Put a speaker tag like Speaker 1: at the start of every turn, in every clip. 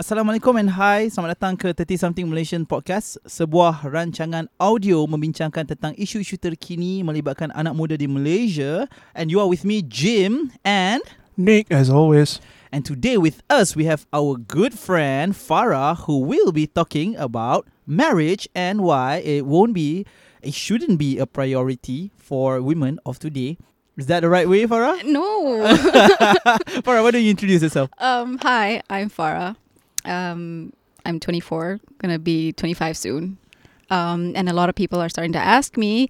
Speaker 1: Assalamualaikum and hi. Selamat datang ke 30 Something Malaysian Podcast, sebuah rancangan audio membincangkan tentang isu-isu terkini melibatkan anak muda di Malaysia. And you are with me Jim and
Speaker 2: Nick, as always.
Speaker 1: and today with us we have our good friend Farah who will be talking about marriage and why it won't be it shouldn't be a priority for women of today. Is that the right way, Farah?
Speaker 3: No.
Speaker 1: Farah, why don't you introduce yourself?
Speaker 3: um, hi, I'm Farah. Um, I'm 24, gonna be 25 soon. Um, and a lot of people are starting to ask me,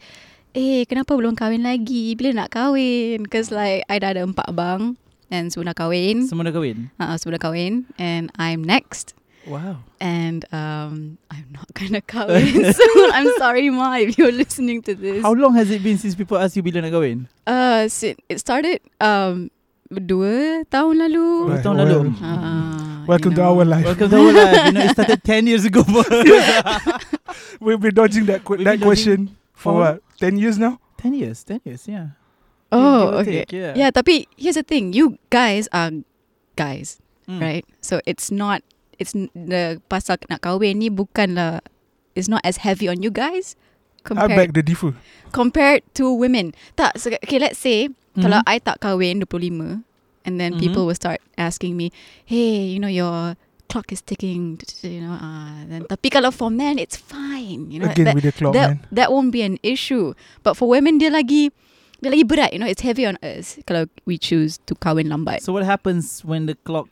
Speaker 3: eh, kenapa belum kahwin lagi? Bila nak kahwin? Because like, I dah ada empat abang and sebelum nak kahwin,
Speaker 1: Semua dah kahwin.
Speaker 3: uh, sebelum nak kahwin, and I'm next.
Speaker 1: Wow.
Speaker 3: And um, I'm not gonna kahwin soon. I'm sorry, Ma, if you're listening to this.
Speaker 1: How long has it been since people asked you bila nak kahwin?
Speaker 3: Uh, si- it started um, dua tahun lalu.
Speaker 1: Dua tahun lalu.
Speaker 2: well,
Speaker 3: Ah,
Speaker 2: welcome
Speaker 3: you
Speaker 2: to
Speaker 3: know.
Speaker 2: our life.
Speaker 1: Welcome to our life. You know, it started 10 years ago. for us.
Speaker 2: We've been dodging that que-
Speaker 1: We've
Speaker 2: that
Speaker 1: been
Speaker 2: question for
Speaker 1: for-
Speaker 2: what ten years now.
Speaker 1: 10 years, 10 years, yeah.
Speaker 3: Oh,
Speaker 1: Give or
Speaker 3: okay.
Speaker 1: take, yeah.
Speaker 3: Yeah, tapi here's the thing. You guys are guys,
Speaker 1: Mm.
Speaker 3: right? So it's not it's n- the pasal nak kahwin ni bukanlah it's not as heavy on you guys
Speaker 2: I beg
Speaker 3: compared
Speaker 2: the differ.
Speaker 3: compared to women. Tak, so, okay, let's say
Speaker 1: Mhm.
Speaker 3: kalau I tak kahwin 25 and then
Speaker 1: Mhm.
Speaker 3: people will start asking me, "Hey, you know your clock is ticking, you know." Uh, then tapi kalau for men it's fine, you know.
Speaker 2: Again
Speaker 3: that-
Speaker 2: with the clock, man.
Speaker 3: that that won't be an issue. But for women, dia lagi dia lagi berat. You know, it's heavy on us kalau we choose to kahwin lambat.
Speaker 1: So what happens when the clock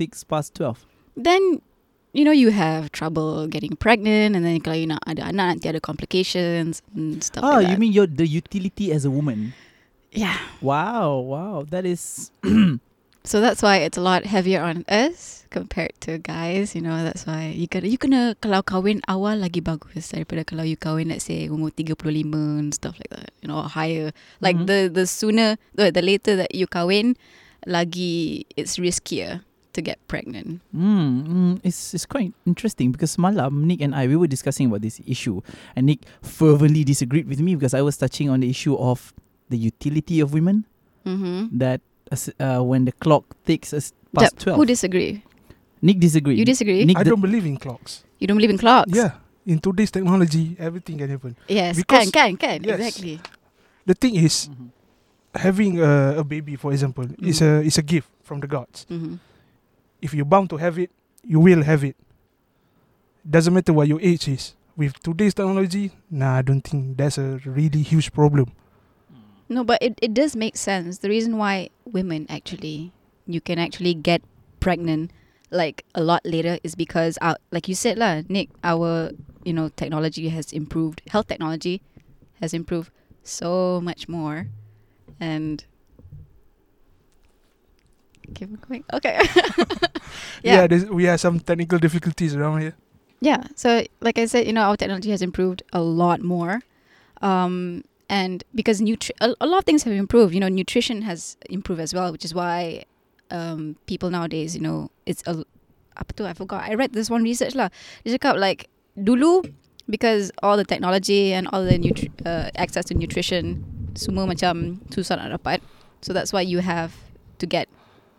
Speaker 1: ticks past 12?
Speaker 3: Then you know you have trouble getting pregnant, and then kalau you nak ada anak nanti ada complications and stuff.
Speaker 1: Ah,
Speaker 3: like
Speaker 1: you
Speaker 3: that.
Speaker 1: mean your the utility as a woman?
Speaker 3: yeah?
Speaker 1: Wow, wow. That is
Speaker 3: So that's why it's a lot heavier on us compared to guys. You know, that's why you kena you kena kalau kahwin awal lagi bagus daripada kalau you kahwin let's say umur 35 and stuff like that. You know, or higher. Like
Speaker 1: Mhm.
Speaker 3: the the sooner the, the later that you kahwin lagi it's riskier to get pregnant.
Speaker 1: Mm, mm, it's it's quite interesting because malam Nick and I we were discussing about this issue, and Nick fervently disagreed with me because I was touching on the issue of the utility of women
Speaker 3: Mhm.
Speaker 1: that as- uh, when the clock ticks as past
Speaker 3: Jap, Who
Speaker 1: twelve.
Speaker 3: disagree?
Speaker 1: Nick disagreed.
Speaker 3: You disagree?
Speaker 1: Nick
Speaker 2: I
Speaker 1: the-
Speaker 2: don't believe in clocks.
Speaker 3: You don't believe in clocks?
Speaker 2: Yeah, in today's technology, everything can happen.
Speaker 3: Yes.
Speaker 2: Because-
Speaker 3: can, can, can.
Speaker 2: Yes.
Speaker 3: Exactly.
Speaker 2: The thing is,
Speaker 1: Mhm.
Speaker 2: having a, a baby, for example, is a
Speaker 3: Mm.
Speaker 2: is a gift from the gods.
Speaker 3: Mhm.
Speaker 2: If you're bound to have it, you will have it. Doesn't matter what your age is. With today's technology, nah, I don't think that's a really huge problem.
Speaker 3: No, but it, it does make sense. The reason why women actually you can actually get pregnant like a lot later is because our, like you said lah, Nick, our you know technology has improved. Health technology has improved so much more, and keep going. Okay. Yeah.
Speaker 2: yeah there's, we have some technical difficulties around here.
Speaker 3: Yeah. So, like I said, you know, our technology has improved a lot more, um, and because nutri- a, a lot of things have improved. You know, nutrition has improved as well, which is why um, people nowadays, you know, it's a apa tu? I forgot. I read this one research lah. Dia cakap like dulu because all the technology and all the nutri- uh, access to nutrition semua macam susah nak dapat. So that's why you have to get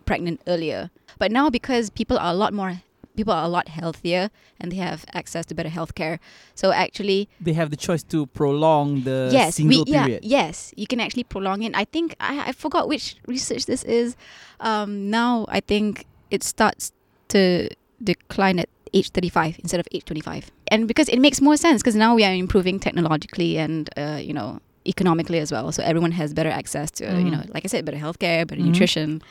Speaker 3: pregnant earlier. But now because people are a lot more people are a lot healthier and they have access to better healthcare. So actually,
Speaker 1: they have the choice to prolong the
Speaker 3: yes, we,
Speaker 1: single
Speaker 3: yeah,
Speaker 1: period.
Speaker 3: yes, you can actually prolong it. I think I, I forgot which research this is. Um, now I think it starts to decline at age 35 instead of age 25, and because it makes more sense because now we are improving technologically and uh, you know economically as well. So everyone has better access to uh, you know,
Speaker 1: Mhm.
Speaker 3: like I said, better healthcare, better
Speaker 1: Mhm.
Speaker 3: nutrition.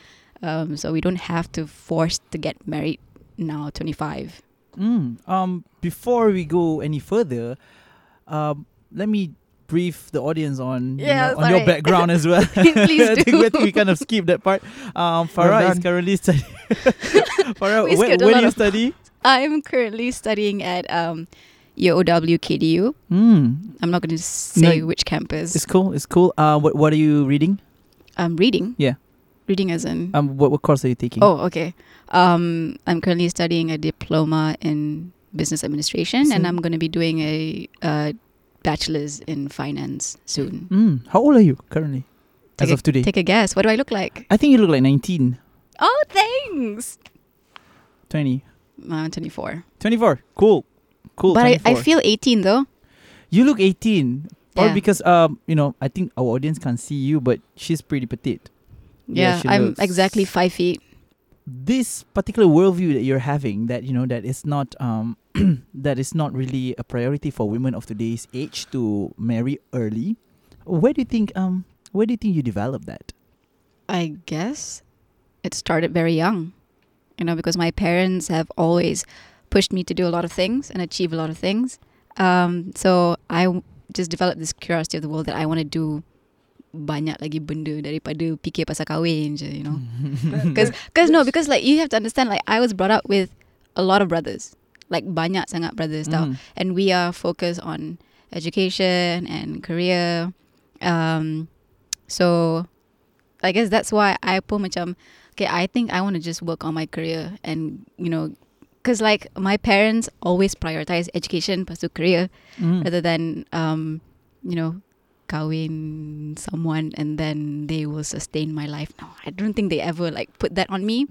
Speaker 3: Um, so we don't have to force to get married now 25.
Speaker 1: Mm. Um, before we go any further, um, let me brief the audience on you
Speaker 3: Yeah,
Speaker 1: know, on your
Speaker 3: sorry.
Speaker 1: background as well.
Speaker 3: Please
Speaker 1: I, think,
Speaker 3: do.
Speaker 1: I think we kind of skipped that part. Um, Farah is
Speaker 2: done.
Speaker 1: currently studying. Farah,
Speaker 3: We
Speaker 1: where,
Speaker 3: skipped a
Speaker 1: where
Speaker 3: lot
Speaker 1: do you
Speaker 3: of-
Speaker 1: study?
Speaker 3: I'm currently studying at um, your OW KDU.
Speaker 1: Mm,
Speaker 3: I'm not going to say
Speaker 1: No.
Speaker 3: which campus.
Speaker 1: it's cool. It's cool. Uh, what what are you reading?
Speaker 3: I'm reading.
Speaker 1: Yeah.
Speaker 3: Reading as in.
Speaker 1: Um, what what course are you taking?
Speaker 3: oh, okay. Um, I'm currently studying a diploma in business administration, and
Speaker 1: So-
Speaker 3: I'm going to be doing a, uh bachelor's in finance soon.
Speaker 1: Mm, how old are you currently?
Speaker 3: Take
Speaker 1: as of today,
Speaker 3: Take a guess. What
Speaker 1: Uh,
Speaker 3: do I look like?
Speaker 1: I think you look like 19,
Speaker 3: Oh, thanks.
Speaker 1: 20.
Speaker 3: uh, 24.
Speaker 1: 24. Cool. Cool.
Speaker 3: but I,
Speaker 1: 24.
Speaker 3: I feel 18 though.
Speaker 1: you look 18. Or
Speaker 3: Yeah.
Speaker 1: because um, you know, I think our audience can't see you, but she's pretty petite.
Speaker 3: Yeah,
Speaker 1: she
Speaker 3: I'm
Speaker 1: looks-
Speaker 3: exactly five feet.
Speaker 1: This particular worldview that you're having, that you know, that is not um, that is not really a priority for women of today's age to marry early. Where do you think um, where do you think you developed that?
Speaker 3: I guess it started very young, you know, because my parents have always pushed me to do a lot of things and achieve a lot of things. Um, so I w- just developed this curiosity of the world that I want to do banyak lagi benda daripada fikir pasal kahwin je, you know.
Speaker 1: Hmm.
Speaker 3: Because because no, because like you have to understand, like I was brought up with a lot of brothers, like banyak sangat brothers
Speaker 1: Mm.
Speaker 3: tau. and we are focused on education and career. Um, so I guess that's why I put macam okay. I think I want to just work on my career and you know, cause like my parents always prioritize education pursue career
Speaker 1: Mm.
Speaker 3: rather than um, you know, kawin someone and then they will sustain my life. No, I don't think they ever like put that on me.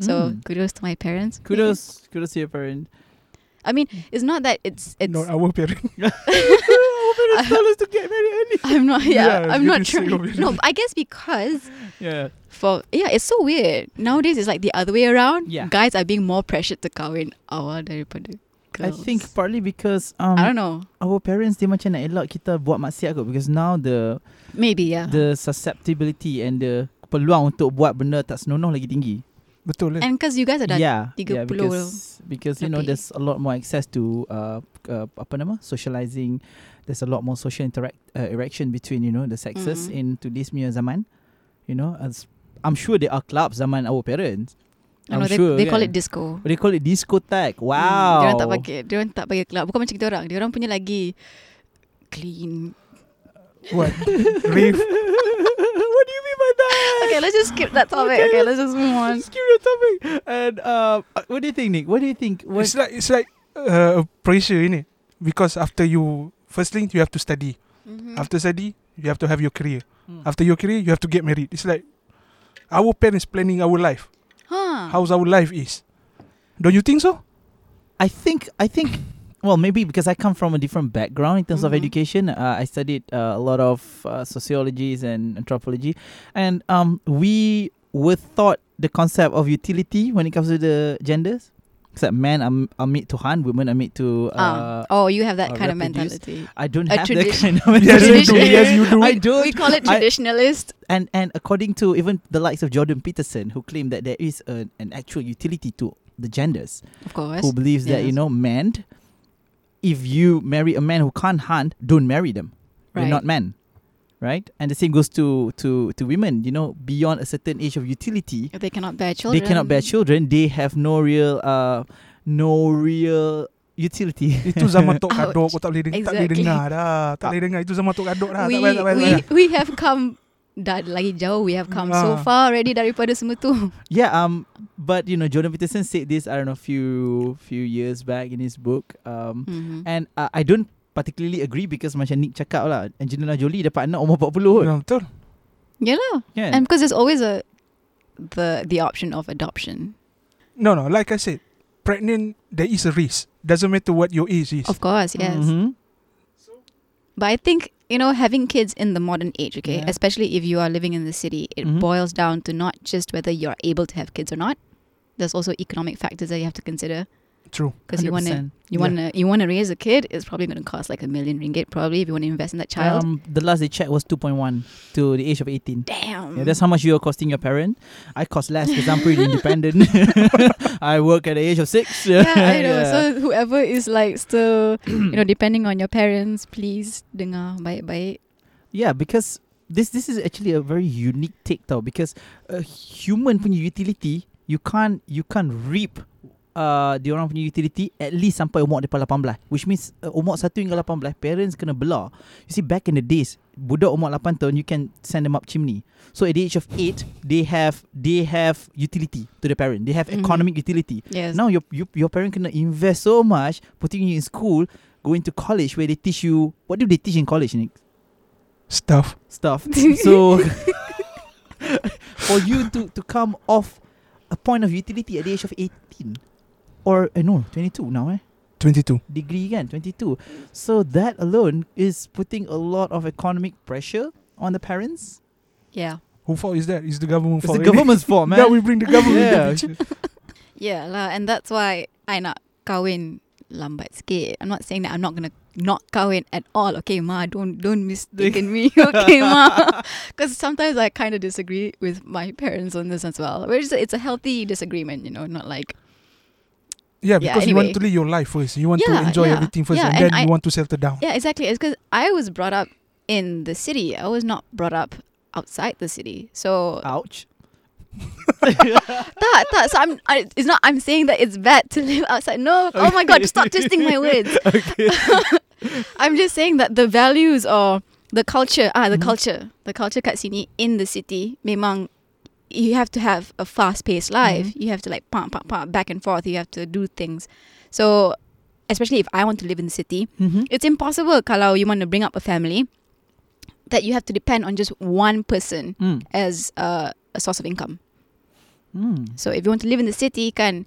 Speaker 3: So
Speaker 1: Mm.
Speaker 3: kudos to my parents.
Speaker 1: kudos, kudos to your parent.
Speaker 3: I mean, it's not that it's it's
Speaker 2: no, our parents.
Speaker 1: Our parents told us to get married early.
Speaker 3: I'm not. Yeah,
Speaker 2: Yeah,
Speaker 3: I'm
Speaker 2: you
Speaker 3: not
Speaker 2: can say
Speaker 3: trying.
Speaker 2: over it.
Speaker 3: No, but I guess because
Speaker 1: Yeah.
Speaker 3: for yeah, it's so weird nowadays. It's like the other way around.
Speaker 1: Yeah.
Speaker 3: guys are being more pressured to kahwin awal daripada
Speaker 1: I
Speaker 3: girls.
Speaker 1: think partly because um,
Speaker 3: I don't know.
Speaker 1: our parents dia macam nak elak kita buat maksiat kot because now the
Speaker 3: Maybe yeah.
Speaker 1: the susceptibility and the peluang untuk buat benda tak senonoh lagi tinggi.
Speaker 2: Betul eh?
Speaker 3: and because you guys are done.
Speaker 1: yeah,
Speaker 3: 30
Speaker 1: yeah, because because you know
Speaker 3: lebih.
Speaker 1: there's a lot more access to uh, uh apa nama socializing. There's a lot more social interact uh, interaction between you know the sexes
Speaker 3: Mhm.
Speaker 1: in today's new zaman. You know, as I'm sure there are clubs zaman our parents.
Speaker 3: I know,
Speaker 1: I'm
Speaker 3: they,
Speaker 1: sure.
Speaker 3: they call
Speaker 1: kan?
Speaker 3: it disco.
Speaker 1: They call it discotheque. Wow.
Speaker 3: Mm, Dia tak pakai. Dia tak pakai club. Bukan macam kita orang. Dia orang punya lagi clean.
Speaker 2: What? Rave?
Speaker 1: what do you mean by that?
Speaker 3: Okay, let's just skip that topic. Okay, let's just move on.
Speaker 1: Just keep the topic. And uh, what do you think, Nick? What do you think? What?
Speaker 2: It's like it's like uh, pressure in it because after you first thing you have to study.
Speaker 1: Mm-hmm.
Speaker 3: Mhm.
Speaker 2: After study you have to have your career.
Speaker 1: Hmm.
Speaker 2: After your career you have to get married. It's like our parents planning our life.
Speaker 3: Huh.
Speaker 2: How's our life is. Don't you think so?
Speaker 1: I think I think well maybe because I come from a different background in terms of
Speaker 3: Mhm.
Speaker 1: education. Uh, I studied uh, a lot of uh, sociologies and anthropology, and um, we were taught the concept of utility when it comes to the genders. Except men are, m- are made to hunt, women are made to. Uh,
Speaker 3: Um, oh, you have
Speaker 1: uh,
Speaker 3: that kind of
Speaker 1: reproduce.
Speaker 3: mentality.
Speaker 1: I don't
Speaker 3: a
Speaker 1: have
Speaker 3: tradition-
Speaker 1: that kind of
Speaker 2: Yes,
Speaker 3: you do.
Speaker 1: mentality.
Speaker 3: Yes,
Speaker 2: you do.
Speaker 1: I
Speaker 2: We-
Speaker 1: don't.
Speaker 3: We call it
Speaker 1: I-
Speaker 3: traditionalist.
Speaker 1: and and according to even the likes of Jordan Peterson, who claimed that there is an, an actual utility to the genders,
Speaker 3: of course.
Speaker 1: who believes that you
Speaker 3: Yes.
Speaker 1: know, men, if you marry a man who can't hunt, don't marry them. They're
Speaker 3: Right.
Speaker 1: not men, right? And the same goes to to to women. You know, beyond a certain age of utility,
Speaker 3: They cannot bear children.
Speaker 1: they cannot bear children. They have no real uh no real utility.
Speaker 2: Itu zaman Tok
Speaker 3: Ouch.
Speaker 2: Kadok Kau tak boleh, deng- tak boleh
Speaker 3: Exactly.
Speaker 2: dengar dah Tak boleh dengar Itu zaman Tok Kadok dah Ah, Tak
Speaker 3: We,
Speaker 2: payah tak payah, tak
Speaker 3: we,
Speaker 2: payah.
Speaker 3: we have come dah lagi jauh. We have come so
Speaker 2: Ah.
Speaker 3: far already daripada semua tu.
Speaker 1: Yeah, um, but you know, Jordan Peterson said this. I don't know, few few years back in his book. Um,
Speaker 3: Mhm.
Speaker 1: And uh, I don't particularly agree because macam Nick cakap lah, Angelina Jolie dapat anak umur 40 kot.
Speaker 2: Ya, Betul
Speaker 3: Yalah.
Speaker 1: Kan?
Speaker 3: And because there's always a the the option of adoption.
Speaker 2: No no Like I said Pregnant There is a risk Doesn't matter what your age is
Speaker 3: Of course, yes.
Speaker 2: Mm-hmm.
Speaker 1: Mhm.
Speaker 3: But I think, you know, having kids in the modern age, okay,
Speaker 1: Yeah.
Speaker 3: especially if you are living in the city, it
Speaker 2: Mm-hmm.
Speaker 1: Mhm.
Speaker 3: boils down to not just whether you're able to have kids or not. There's also economic factors that you have to consider
Speaker 2: True
Speaker 3: because you want to
Speaker 1: 100%.
Speaker 3: You
Speaker 2: Yeah.
Speaker 3: want to you want to raise a kid. It's probably going to cost like a million ringgit, probably if you want to invest in that child.
Speaker 1: Um, the last they checked was 2.1 to the age of 18.
Speaker 3: Damn.
Speaker 1: Yeah, that's how much you are costing your parent. I cost less because I'm pretty independent. I work at the age of six.
Speaker 3: yeah, I know. So whoever is like still, you know, depending on your parents, please dengar baik-baik.
Speaker 1: Yeah, because this this is actually a very unique take tau because a human punya utility you can't you can't reap uh, dia orang punya utility at least sampai umur depan 18 which means uh, umur 1 hingga 18 parents kena belah you see back in the days budak umur 8 tahun you can send them up chimney so at the age of 8 they have they have utility to the parent they have
Speaker 3: Mhm.
Speaker 1: economic utility
Speaker 3: Yes.
Speaker 1: now your you, your parent kena invest so much putting you in school going to college where they teach you what do they teach in college Nick?
Speaker 2: Stuff
Speaker 1: stuff. so for you to to come off a point of utility at the age of 18 or eh, no 22 now eh
Speaker 2: 22.
Speaker 1: degree again 22 so that alone is putting a lot of economic pressure on the parents
Speaker 3: Yeah.
Speaker 2: Who fault is that? It's the government
Speaker 1: it's
Speaker 2: fault.
Speaker 1: the
Speaker 2: isn't it?
Speaker 1: government's fault man
Speaker 2: That we bring the government. in
Speaker 1: Yeah.
Speaker 2: the picture.
Speaker 3: Yeah, lah, and that's why I nak kahwin lambat sikit. I'm not saying that I'm not gonna not kahwin at all. Okay, ma, don't don't mistaken me. Okay, ma, because sometimes I kind of disagree with my parents on this as well. Which is it's a healthy disagreement, you know, not like
Speaker 2: yeah, because you want to
Speaker 3: anyway.
Speaker 2: live your life first. You want to
Speaker 3: Yeah,
Speaker 2: enjoy
Speaker 3: yeah,
Speaker 2: everything first,
Speaker 3: yeah,
Speaker 2: and,
Speaker 3: and
Speaker 2: then you
Speaker 3: I-
Speaker 2: want to settle down.
Speaker 3: yeah, exactly. It's because I was brought up in the city. I was not brought up outside the city. So
Speaker 1: ouch
Speaker 3: that that so I'm I, it's not I'm saying that it's bad to live outside. No, oh my god, stop twisting my words.
Speaker 1: okay
Speaker 3: I'm just saying that the values or the culture, ah, the
Speaker 1: Mhm.
Speaker 3: culture, the culture kat sini in the city, memang you have to have a fast-paced life. You have to like pump, pump, pump, back and forth. You have to do things. So, especially if I want to live in the city,
Speaker 1: mm-hmm.
Speaker 3: it's impossible kalau you want to bring up a family that you have to depend on just one person
Speaker 1: mm.
Speaker 3: as uh, a source of income.
Speaker 1: Mm.
Speaker 3: So if you want to live in the city, can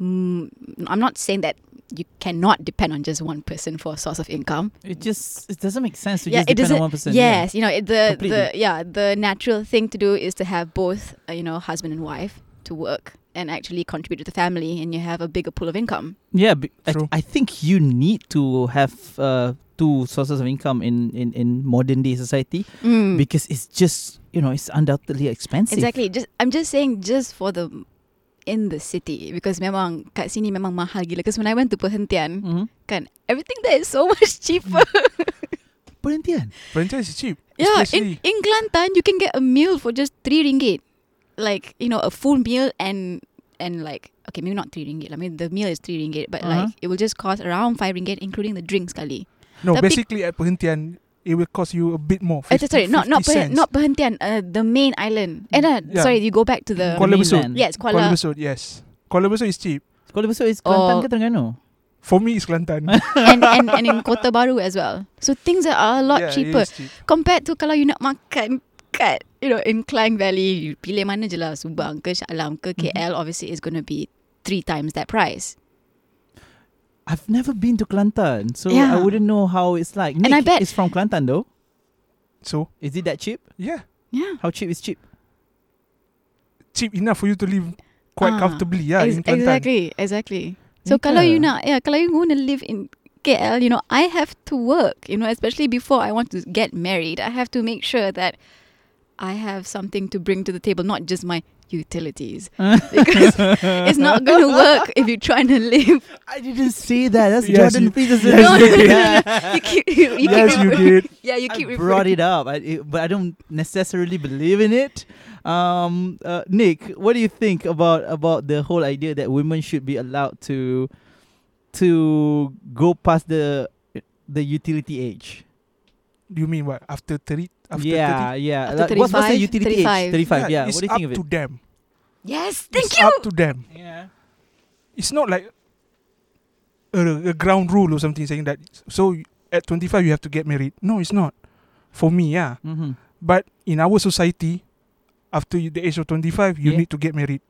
Speaker 3: mm, I'm not saying that you cannot depend on just one person for a source of income.
Speaker 1: it just it doesn't make sense to
Speaker 3: Yeah,
Speaker 1: just
Speaker 3: it
Speaker 1: depend on
Speaker 3: doesn't-
Speaker 1: one person
Speaker 3: yes, you know it, the
Speaker 1: Completely.
Speaker 3: the yeah the natural thing to do is to have both uh, you know husband and wife to work and actually contribute to the family, and you have a bigger pool of income.
Speaker 1: Yeah, b- I,
Speaker 2: True.
Speaker 1: I think you need to have uh, two sources of income in, in, in modern day society
Speaker 3: Mm.
Speaker 1: because it's just you know it's undoubtedly expensive.
Speaker 3: Exactly. Just I'm just saying just for the in the city because memang kat sini memang mahal gila. Because when I went to Perhentian,
Speaker 1: Mm-hmm.
Speaker 3: kan everything there is so much cheaper.
Speaker 1: Perhentian.
Speaker 2: Franchise is cheap.
Speaker 3: Yeah, in,
Speaker 2: especially
Speaker 3: in Kelantan you can get a meal for just three ringgit, like you know a full meal and and like okay maybe not three ringgit. I mean the meal is three ringgit, but
Speaker 1: Uh-huh.
Speaker 3: like it will just cost around five ringgit including the drinks kali.
Speaker 2: no,
Speaker 3: tapi-
Speaker 2: basically at Perhentian, it will cost you a bit more.
Speaker 3: Uh,
Speaker 2: 50,
Speaker 3: sorry, not
Speaker 2: 50
Speaker 3: not per,
Speaker 2: cents.
Speaker 3: not Perhentian, uh, the main island. And uh,
Speaker 2: Yeah.
Speaker 3: sorry, you go back to the
Speaker 2: Kuala Besut.
Speaker 1: mainland.
Speaker 3: yes
Speaker 2: Kuala
Speaker 3: Kuala.
Speaker 2: Besut, yes. Kuala Besut is cheap.
Speaker 1: Kuala Besut is Kelantan
Speaker 3: Or-
Speaker 1: ke Terengganu?
Speaker 2: For me, it's Kelantan.
Speaker 3: and, and and in Kota Baru as well. So things are a lot
Speaker 2: Yeah, it
Speaker 3: cheaper
Speaker 2: is cheap.
Speaker 3: compared to kalau you nak makan kat you know in Klang Valley you pilih mana je lah Subang ke Shah Alam ke
Speaker 1: Mhm.
Speaker 2: Mm-hmm.
Speaker 3: KL obviously is going to be three times that price.
Speaker 1: I've never been to Kelantan, so
Speaker 3: Yeah.
Speaker 1: I wouldn't know how it's like. Nick
Speaker 3: And I bet-
Speaker 1: is from Kelantan though.
Speaker 2: So,
Speaker 1: Is it that cheap?
Speaker 2: yeah,
Speaker 3: Yeah.
Speaker 1: How cheap is cheap?
Speaker 2: cheap enough for you to live quite
Speaker 3: Ah,
Speaker 2: comfortably, yeah,
Speaker 3: Ex-
Speaker 2: in Kelantan.
Speaker 3: exactly, exactly. So kalau
Speaker 1: Yeah.
Speaker 3: you nak, yeah, kalau you want to live in KL, you know, I have to work, you know, especially before I want to get married, I have to make sure that I have something to bring to the table, not just my utilities, because it's not going to work if you're trying to live.
Speaker 1: I didn't say that. That's
Speaker 2: Yes,
Speaker 1: Jordan
Speaker 2: you-
Speaker 1: Peterson.
Speaker 2: yes,
Speaker 3: No,
Speaker 2: you
Speaker 3: no,
Speaker 2: did.
Speaker 3: no, no. You keep, you, you
Speaker 2: yes,
Speaker 3: keep
Speaker 2: you
Speaker 3: refer-
Speaker 2: did.
Speaker 3: Yeah, you keep
Speaker 1: I brought
Speaker 3: referring-
Speaker 1: it up, I, it, but I don't necessarily believe in it. Um, uh, Nick, what do you think about about the whole idea that women should be allowed to to go past the the utility age?
Speaker 2: You mean what? After 30? After
Speaker 1: yeah,
Speaker 2: 30?
Speaker 1: yeah.
Speaker 3: After
Speaker 1: Like, what's, what's the
Speaker 3: 35?
Speaker 1: utility
Speaker 3: 35.
Speaker 1: age? Thirty-five. Yeah.
Speaker 2: It's
Speaker 1: What do you
Speaker 2: up
Speaker 1: think of it?
Speaker 2: to them.
Speaker 3: Yes, thank
Speaker 2: it's
Speaker 3: you.
Speaker 2: up to them.
Speaker 1: Yeah.
Speaker 2: It's not like a, a ground rule or something saying that. So at 25 you have to get married. No, it's not. For me, yeah.
Speaker 1: Mm-hmm.
Speaker 2: But in our society, after you- the age of 25, you
Speaker 1: Yeah.
Speaker 2: need to get married.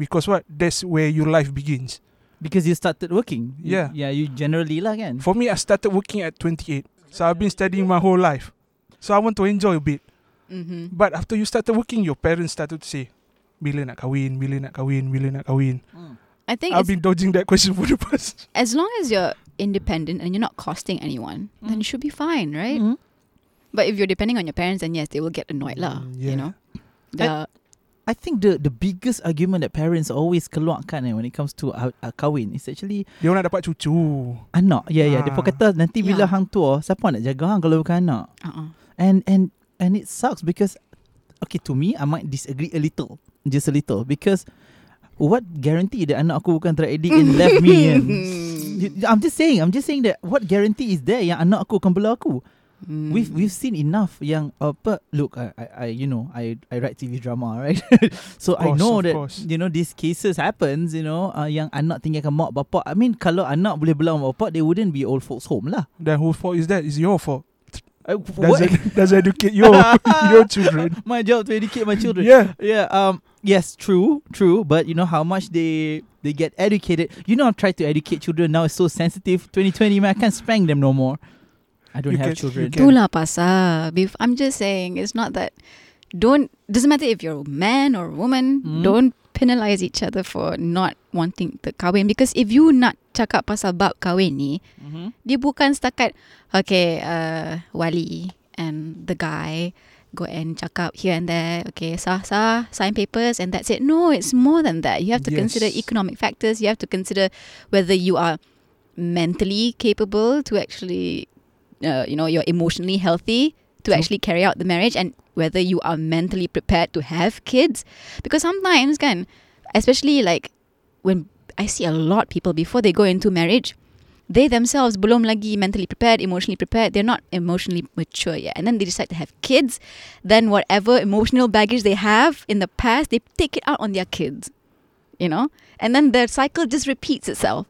Speaker 2: Because what? That's where your life begins.
Speaker 1: Because you started working. You-
Speaker 2: Yeah.
Speaker 1: yeah. You generally lah kan.
Speaker 2: For me, I started working at 28. So I've been studying my whole life. So I want to enjoy a bit.
Speaker 3: Mm-hmm.
Speaker 2: But after you started working, your parents started to say, bila nak kahwin, bila nak kahwin, bila nak kahwin.
Speaker 1: Mm.
Speaker 3: I think
Speaker 2: I've
Speaker 3: it's,
Speaker 2: been dodging that question for the past.
Speaker 3: as long as you're independent and you're not costing anyone,
Speaker 2: Mm.
Speaker 3: then you should be fine, right?
Speaker 2: Mm-hmm.
Speaker 1: Mhm.
Speaker 3: But if you're depending on your parents, then yes, they will get annoyed lah.
Speaker 2: Mm,
Speaker 3: You
Speaker 2: yeah.
Speaker 3: know, the,
Speaker 1: I think the the biggest argument that parents always keluarkan eh, when it comes to uh, uh, kahwin is actually
Speaker 2: Dia orang nak dapat cucu.
Speaker 1: Anak Ya ya
Speaker 2: Ah.
Speaker 1: Dia kata nanti bila
Speaker 3: Ya.
Speaker 1: hang tua Siapa nak jaga hang Kalau bukan anak
Speaker 3: uh-uh.
Speaker 1: And and and it sucks because Okay to me I might disagree a little Just a little Because What guarantee that anak aku bukan drug addict And left me and You- I'm just saying I'm just saying that What guarantee is there Yang anak aku akan bela aku
Speaker 3: Mm.
Speaker 1: We've we've seen enough Yang apa Look I, I, I you know I I write TV drama right So
Speaker 2: Of
Speaker 1: I
Speaker 2: course,
Speaker 1: know
Speaker 2: of
Speaker 1: that
Speaker 2: course.
Speaker 1: You know these cases happens You know uh, Yang anak tinggalkan mak bapak I mean kalau anak boleh bela mak bapak They wouldn't be old folks home lah
Speaker 2: Then whose fault is that? It's your fault.
Speaker 1: Uh,
Speaker 2: Does,
Speaker 1: what?
Speaker 2: ed- does educate your your children.
Speaker 1: my job to educate my children.
Speaker 2: Yeah.
Speaker 1: yeah um yes true true but you know how much they they get educated you know i've tried to educate children now it's so sensitive 2020 man i can't spank them no more i don't
Speaker 2: You
Speaker 1: have
Speaker 2: can- you
Speaker 1: children
Speaker 2: can-
Speaker 3: Tula pasal. Bef- I'm just saying, it's not that. Don't doesn't matter if you're a man or a woman.
Speaker 1: Mm.
Speaker 3: Don't penalize each other for not wanting the kahwin because if you nak cakap pasal bab kahwin ni,
Speaker 1: Mhm.
Speaker 3: dia bukan setakat okay uh, wali and the guy go and cakap here and there okay sah sah sign papers and that's it no it's more than that you have to consider
Speaker 2: Yes.
Speaker 3: economic factors you have to consider whether you are mentally capable to actually uh, you know you're emotionally healthy to
Speaker 2: True.
Speaker 3: actually carry out the marriage and whether you are mentally prepared to have kids because sometimes can especially like when I see a lot of people before they go into marriage, they themselves belum lagi mentally prepared, emotionally prepared. They're not emotionally mature yet, and then they decide to have kids. Then whatever emotional baggage they have in the past, they take it out on their kids, you know. And then their cycle just repeats itself.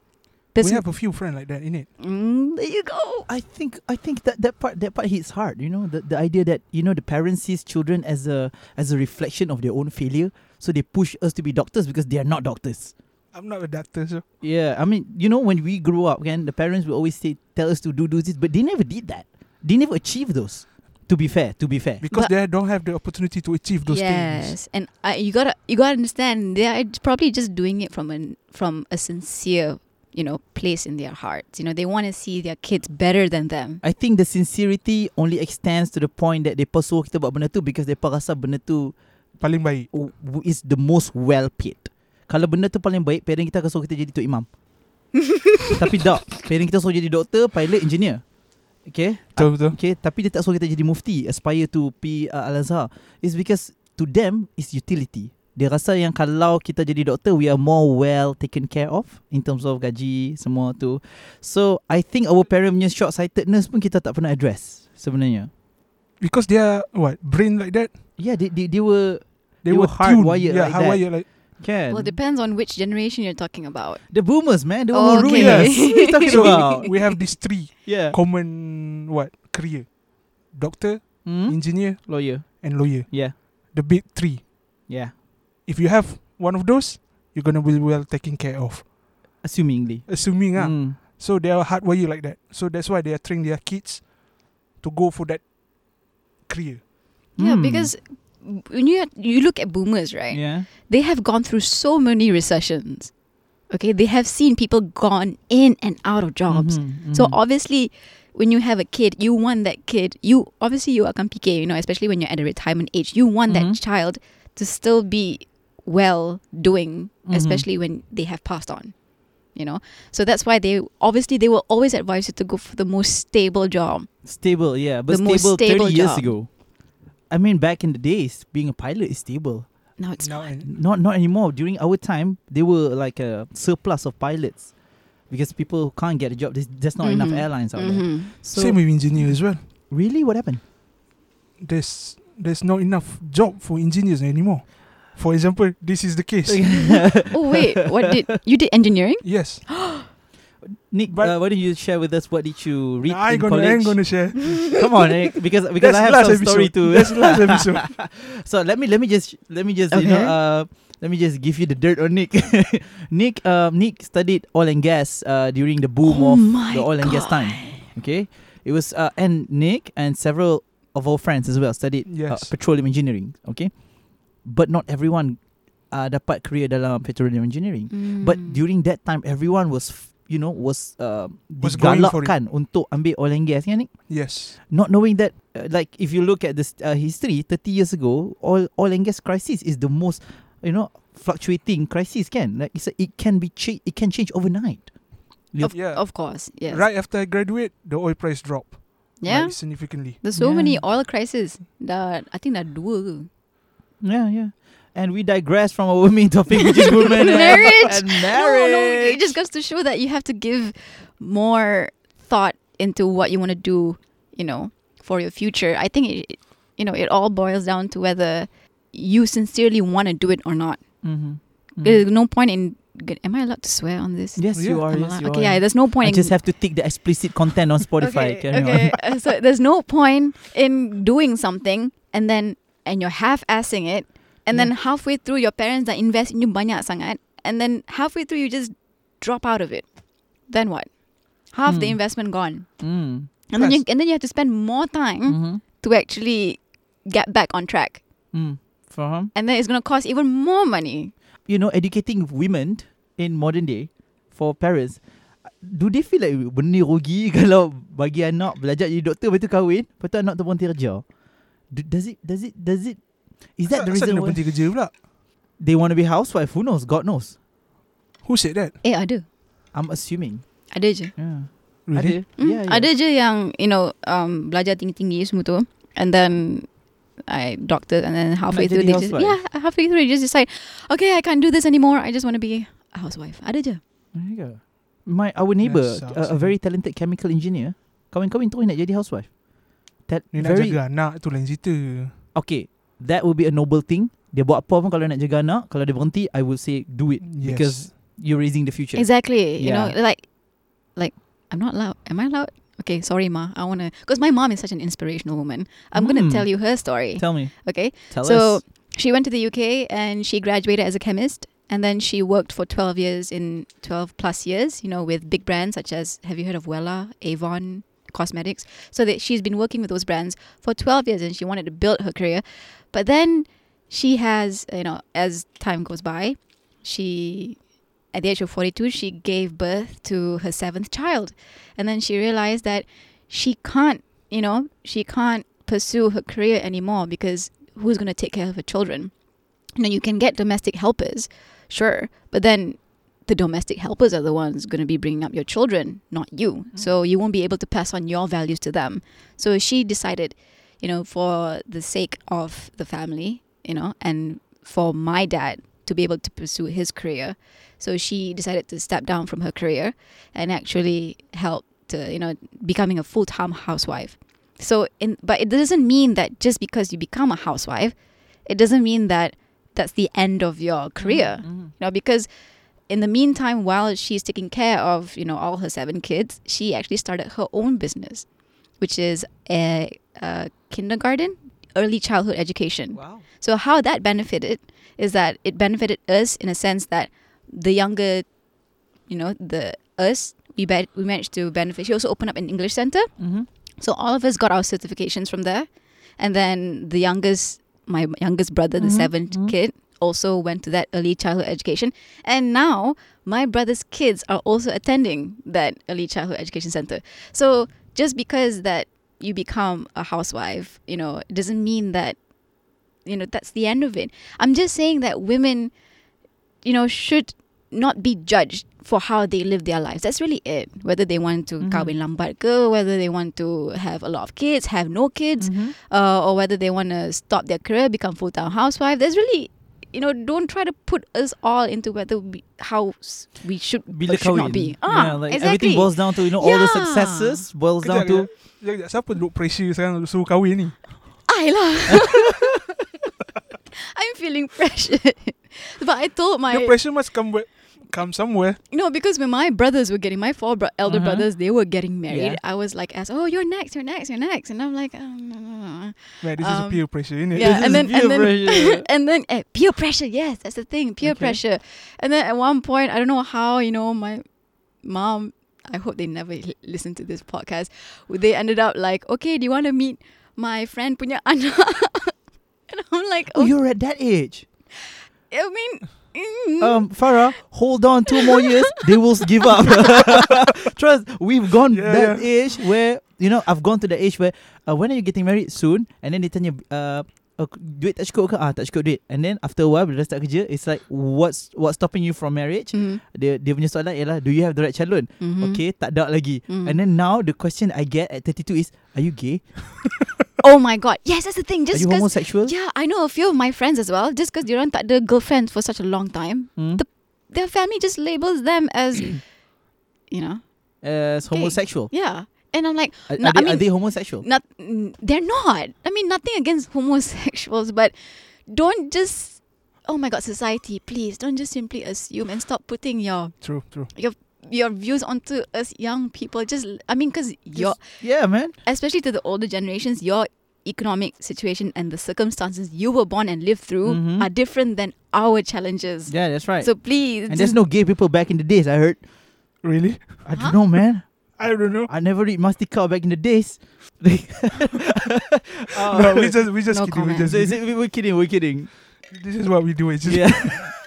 Speaker 3: There's-
Speaker 2: We have a few friends like that, innit?
Speaker 3: Mm, there you go.
Speaker 1: I think I think that, that part that part hits hard. You know the, the idea that you know the parents sees children as a as a reflection of their own failure, so they push us to be doctors because they are not doctors.
Speaker 2: I'm not a doctor, so
Speaker 1: Yeah, I mean you know when we grew up, again the parents will always say tell us to do do this, but they never did that. They never achieved those. To be fair, to be fair.
Speaker 2: because
Speaker 3: But-
Speaker 2: they don't have the opportunity to achieve those
Speaker 3: yes,
Speaker 2: things.
Speaker 3: and I, you gotta you gotta understand they are probably just doing it from an from a sincere you know place in their hearts. You know they want to see their kids better than them.
Speaker 1: I think the sincerity only extends to the point that they pursue kita buat benda tu because they rasa benda tu
Speaker 2: Paling baik.
Speaker 1: w- w- is the most well paid. Kalau benda tu paling baik, parent kita akan suruh kita jadi tok imam. tapi tak. Parent kita suruh jadi doktor, pilot, engineer. Okay?
Speaker 2: Betul betul.
Speaker 1: Okay, tapi dia tak suruh kita jadi mufti, aspire to be uh, Al-Azhar. It's because to them, it's utility. Dia rasa yang kalau kita jadi doktor, we are more well taken care of in terms of gaji, semua tu. So, I think our parent punya short-sightedness pun kita tak pernah address sebenarnya.
Speaker 2: Because they are what brain like that.
Speaker 1: Yeah, they, they, they were...
Speaker 2: They,
Speaker 1: They
Speaker 2: were
Speaker 1: were
Speaker 2: tuned.
Speaker 1: hardwired
Speaker 2: yeah,
Speaker 1: like that.
Speaker 2: hardwired like
Speaker 1: Can.
Speaker 3: Well, it depends on which generation you're talking about.
Speaker 1: the boomers, man. They were
Speaker 3: Oh,
Speaker 1: more
Speaker 3: okay.
Speaker 1: ruinous. What are you talking
Speaker 2: So, uh,
Speaker 1: about?
Speaker 2: we have these three
Speaker 1: Yeah.
Speaker 2: common what career: doctor,
Speaker 1: Hmm?
Speaker 2: engineer,
Speaker 1: Lawyer.
Speaker 2: and lawyer.
Speaker 1: Yeah.
Speaker 2: The big three.
Speaker 1: Yeah.
Speaker 2: If you have one of those, you're gonna be well taken care of.
Speaker 1: Assumingly.
Speaker 2: Assuming ah,
Speaker 1: Mm.
Speaker 2: so they are hardwired like that. So that's why they are training their kids to go for that career.
Speaker 3: Yeah,
Speaker 1: Mm.
Speaker 3: because when you you look at boomers, right?
Speaker 1: Yeah.
Speaker 3: They have gone through so many recessions. Okay, they have seen people gone in and out of jobs.
Speaker 1: Mhm,
Speaker 3: So
Speaker 1: mhm.
Speaker 3: obviously, when you have a kid, you want that kid. You obviously you akan fikir, you know, especially when you're at a retirement age, you want
Speaker 1: Mhm.
Speaker 3: that child to still be well doing,
Speaker 1: Mhm.
Speaker 3: especially when they have passed on. You know, so that's why they obviously they will always advise you to go for the most stable job.
Speaker 1: Stable, yeah, but
Speaker 3: The most
Speaker 1: stable,
Speaker 3: stable
Speaker 1: 30 years
Speaker 3: job.
Speaker 1: ago. I mean, back in the days, being a pilot is stable.
Speaker 3: No, it's
Speaker 2: Now eh,
Speaker 3: not.
Speaker 2: and-
Speaker 1: Not not anymore. During our time, they were like a surplus of pilots because people can't get a job. There's, there's not enough
Speaker 3: Mhm.
Speaker 1: airlines out there.
Speaker 3: Mhm.
Speaker 1: So
Speaker 2: Same with engineer as well.
Speaker 1: really, what happened?
Speaker 2: There's there's not enough job for engineers anymore. For example, this is the case.
Speaker 3: Oh wait, what did you did engineering?
Speaker 2: Yes,
Speaker 1: Nick,
Speaker 2: But-
Speaker 1: uh, why don't you share with us what did you read
Speaker 2: I
Speaker 1: in
Speaker 2: ain't gonna, I ain't
Speaker 1: college?
Speaker 2: gonna share.
Speaker 1: Come on, Nick, because because
Speaker 2: That's
Speaker 1: I have
Speaker 2: last
Speaker 1: some story
Speaker 2: episode.
Speaker 1: too.
Speaker 2: That's last episode.
Speaker 1: so let me let me just let me just you know
Speaker 3: Okay.
Speaker 1: uh, let me just give you the dirt on Nick. Nick um, Nick studied oil and gas uh, during the boom
Speaker 3: Oh
Speaker 1: of
Speaker 3: my
Speaker 1: the oil and gas time. Okay, it was uh, and Nick and several of our friends as well studied uh,
Speaker 2: Yes.
Speaker 1: petroleum engineering. Okay, but not everyone uh, dapat career dalam petroleum engineering.
Speaker 3: Hmm. Mm.
Speaker 1: But during that time, everyone was f- you know was uh,
Speaker 2: Was going for it.
Speaker 1: digalakkan untuk ambil oil and gas kan Nick?
Speaker 2: Yes,
Speaker 1: not knowing that uh, like if you look at this uh, history 30 years ago oil oil and gas crisis is the most you know fluctuating crisis can like it's a, it can be cha- it can change overnight
Speaker 3: of,
Speaker 2: yeah.
Speaker 3: of course, yes,
Speaker 2: right after I graduate, the oil price drop
Speaker 3: yeah.
Speaker 2: like, significantly.
Speaker 3: There's so
Speaker 1: Yeah.
Speaker 3: many oil crises. Dah, I think dah dua.
Speaker 1: yeah yeah and we digress from our main topic which is women and-
Speaker 3: Marriage.
Speaker 1: and
Speaker 3: ke. No, no,
Speaker 1: marriage
Speaker 3: it just goes to show that you have to give more thought into what you want to do. You know, for your future. I think it, you know, it all boils down to whether you sincerely want to do it or not.
Speaker 1: Mhm. Mhm.
Speaker 3: There's no point in good. Am I allowed to swear on this?
Speaker 1: Yes,
Speaker 2: Yeah.
Speaker 1: you are.
Speaker 3: I'm
Speaker 1: Yes,
Speaker 3: allowed-
Speaker 1: you
Speaker 3: okay,
Speaker 1: are.
Speaker 3: yeah. There's no point.
Speaker 1: I
Speaker 3: in-
Speaker 1: just have to take the explicit content on Spotify.
Speaker 3: Okay,
Speaker 1: Carry on.
Speaker 3: okay. uh, so there's no point in doing something and then and you're half-assing it, and then halfway through your parents are invest in you banyak sangat, and then halfway through you just drop out of it. Then what? Half the
Speaker 1: Hmm.
Speaker 3: investment gone,
Speaker 1: Mm.
Speaker 3: and then
Speaker 2: Plus-
Speaker 3: you and then you have to spend more time
Speaker 1: Mhm.
Speaker 3: to actually get back on track,
Speaker 1: Mm. Faham?
Speaker 3: and then it's gonna cost even more money.
Speaker 1: you know, educating women in modern day for parents, do they feel like benda ni rugi kalau bagi anak belajar jadi doktor lepas tu kahwin, lepas tu anak tu berhenti kerja? Do, does it does it does it is that the reason
Speaker 2: Asal dia
Speaker 1: why
Speaker 2: berhenti kerja pula?
Speaker 1: they want to be housewife? Who knows? God knows.
Speaker 2: Who said that?
Speaker 3: Eh ada,
Speaker 1: I'm assuming.
Speaker 3: ada je.
Speaker 1: Yeah.
Speaker 2: Really?
Speaker 1: Ada?
Speaker 3: Mm,
Speaker 1: Yeah, yeah.
Speaker 3: Ada je yang you know um, belajar tinggi-tinggi semua tu and then I doctor and then halfway
Speaker 1: Nak
Speaker 3: through
Speaker 1: jadi
Speaker 3: they just
Speaker 1: housewife?
Speaker 3: yeah halfway through they just decide okay I can't do this anymore I just want to be a housewife. Ada je.
Speaker 1: There you go. My our neighbour,
Speaker 2: Yes,
Speaker 1: a, a very talented chemical engineer, kawan-kawan terus nak jadi housewife. That
Speaker 2: Dia nak
Speaker 1: very
Speaker 2: jaga anak tu lain cerita.
Speaker 1: okay, that would be a noble thing. Dia buat apa pun kalau nak jaga anak, kalau dia berhenti, I will say do it
Speaker 2: Yes.
Speaker 1: because you're raising the future.
Speaker 3: Exactly. You know
Speaker 1: Yeah.
Speaker 3: like like I'm not loud. Am I loud? Okay, sorry ma. I want to because my mom is such an inspirational woman. I'm going to
Speaker 1: Mm.
Speaker 3: tell you her story.
Speaker 1: Tell me.
Speaker 3: Okay?
Speaker 1: Tell
Speaker 3: So-
Speaker 1: us.
Speaker 3: She went to the UK and she graduated as a chemist. And then she worked for 12 years in 12 plus years, you know, with big brands such as, have you heard of Wella, Avon, Cosmetics? So that she's been working with those brands for 12 years and she wanted to build her career. But then she has, you know, as time goes by, she, at the age of 42, she gave birth to her seventh child. And then she realized that she can't, you know, she can't pursue her career anymore because who's going to take care of her children? You know, you can get domestic helpers, sure, but then the domestic helpers are the ones going to be bringing up your children, not you. So you won't be able to pass on your values to them. So she decided, you know, for the sake of the family, you know, and for my dad to be able to pursue his career. So she decided to step down from her career and actually help to, you know, becoming a full-time housewife. So, in, but it doesn't mean that just because you become a housewife, it doesn't mean that that's the end of your
Speaker 1: Mm.
Speaker 3: career. You know, because in the meantime, while she's taking care of you know all her seven kids, she actually started her own business, which is a, a kindergarten, early childhood education.
Speaker 1: Wow.
Speaker 3: So how that benefited is that it benefited us in a sense that the younger, you know, the us we bet we managed to benefit. She also opened up an English center.
Speaker 1: Mm-hmm.
Speaker 3: So all of us got our certifications from there, and then the youngest, my youngest brother, the
Speaker 1: Mhm,
Speaker 3: 7th
Speaker 1: mhm.
Speaker 3: kid, also went to that early childhood education, and now my brother's kids are also attending that early childhood education center. So just because that you become a housewife, you know, it doesn't mean that, you know, that's the end of it. I'm just saying that women, you know, should not be judged for how they live their lives. That's really it. Whether they want to
Speaker 1: Mhm.
Speaker 3: kahwin lambat ke, whether they want to have a lot of kids, have no kids, uh, or whether they want to stop their career, become full-time housewife. There's really, you know, don't try to put us all into whether we, how s- we should,
Speaker 1: Bila
Speaker 3: or should
Speaker 1: kahwin.
Speaker 3: not be. Ah,
Speaker 1: yeah, like everything
Speaker 3: exactly.
Speaker 1: boils down to you know all the
Speaker 3: Yeah.
Speaker 1: successes boils
Speaker 2: Kejap,
Speaker 1: down to
Speaker 2: kejap. Kejap, kejap. Siapa look pressure sekarang suruh kahwin ni?
Speaker 3: I lah. I'm feeling pressured. but I told my
Speaker 2: The pressure must come where, come somewhere.
Speaker 3: you know because when my brothers were getting my four bro- elder
Speaker 1: Uh-huh.
Speaker 3: brothers they were getting married.
Speaker 1: Yeah.
Speaker 3: I was like asked, "Oh, you're next, you're next, you're next." And I'm like, um, no, no, no."
Speaker 2: Man, this is
Speaker 3: Um,
Speaker 2: peer pressure, isn't it?
Speaker 3: Yeah,
Speaker 1: This
Speaker 3: and
Speaker 1: is
Speaker 3: then-
Speaker 1: peer
Speaker 3: and then-
Speaker 1: pressure.
Speaker 3: and then eh, peer pressure. Yes, that's the thing, peer
Speaker 1: Okay.
Speaker 3: pressure. And then at one point, I don't know how, you know, my mom, I hope they never l- listen to this podcast. They ended up like, "Okay, do you want to meet my friend punya anak?" and I'm like,
Speaker 1: oh,
Speaker 3: "Okay."
Speaker 1: you're at that age.
Speaker 3: I mean, mm,
Speaker 1: Um, Farah, hold on two more years. they will give up. Trust, we've gone
Speaker 2: Yeah,
Speaker 1: that
Speaker 2: yeah.
Speaker 1: age where you know I've gone to the age where uh, when are you getting married soon? And then they tanya uh, uh, duit tak cukup ke? Ah, tak cukup duit. And then after a while bila dah start kerja, it's like what's what's stopping you from marriage?
Speaker 3: mm,
Speaker 1: Dia dia punya soalan ialah do you have the right calon?
Speaker 3: mhm.
Speaker 1: Okay, tak ada lagi.
Speaker 3: Mm.
Speaker 1: And then now the question I get at 32 is, are you gay?
Speaker 3: Oh my god. Yes, that's the thing.
Speaker 1: are you
Speaker 3: Just because
Speaker 1: homosexual?
Speaker 3: yeah, I know a few of my friends as well. Just because diorang tak ada girlfriends for such a long time,
Speaker 1: Hmm?
Speaker 3: the- their family just labels them as, you know,
Speaker 1: As Uh, homosexual.
Speaker 3: yeah. And I'm like,
Speaker 1: Are,
Speaker 3: No,
Speaker 1: are, they,
Speaker 3: I
Speaker 1: are
Speaker 3: mean-
Speaker 1: they homosexual?
Speaker 3: not, mm, they're not. I mean, nothing against homosexuals, but don't just. oh my god, society, please don't just simply assume and stop putting your
Speaker 2: True, true.
Speaker 3: your views onto us young people. Just I mean, because your
Speaker 1: Yeah, man.
Speaker 3: especially to the older generations, your economic situation and the circumstances you were born and lived through
Speaker 1: Mhm.
Speaker 3: are different than our challenges.
Speaker 1: Yeah, that's right.
Speaker 3: So please,
Speaker 1: and there's
Speaker 3: just-
Speaker 1: no gay people back in the days. I heard.
Speaker 2: Really?
Speaker 1: I
Speaker 3: Huh?
Speaker 1: don't know, man.
Speaker 2: I don't know.
Speaker 1: I never read Mastika back in the days.
Speaker 2: no,
Speaker 1: Uh,
Speaker 2: we just we just
Speaker 3: No
Speaker 2: kidding. We
Speaker 3: comment.
Speaker 2: just,
Speaker 1: so is it, we- we're kidding. We're kidding.
Speaker 2: this is what we do. It's just
Speaker 1: Yeah.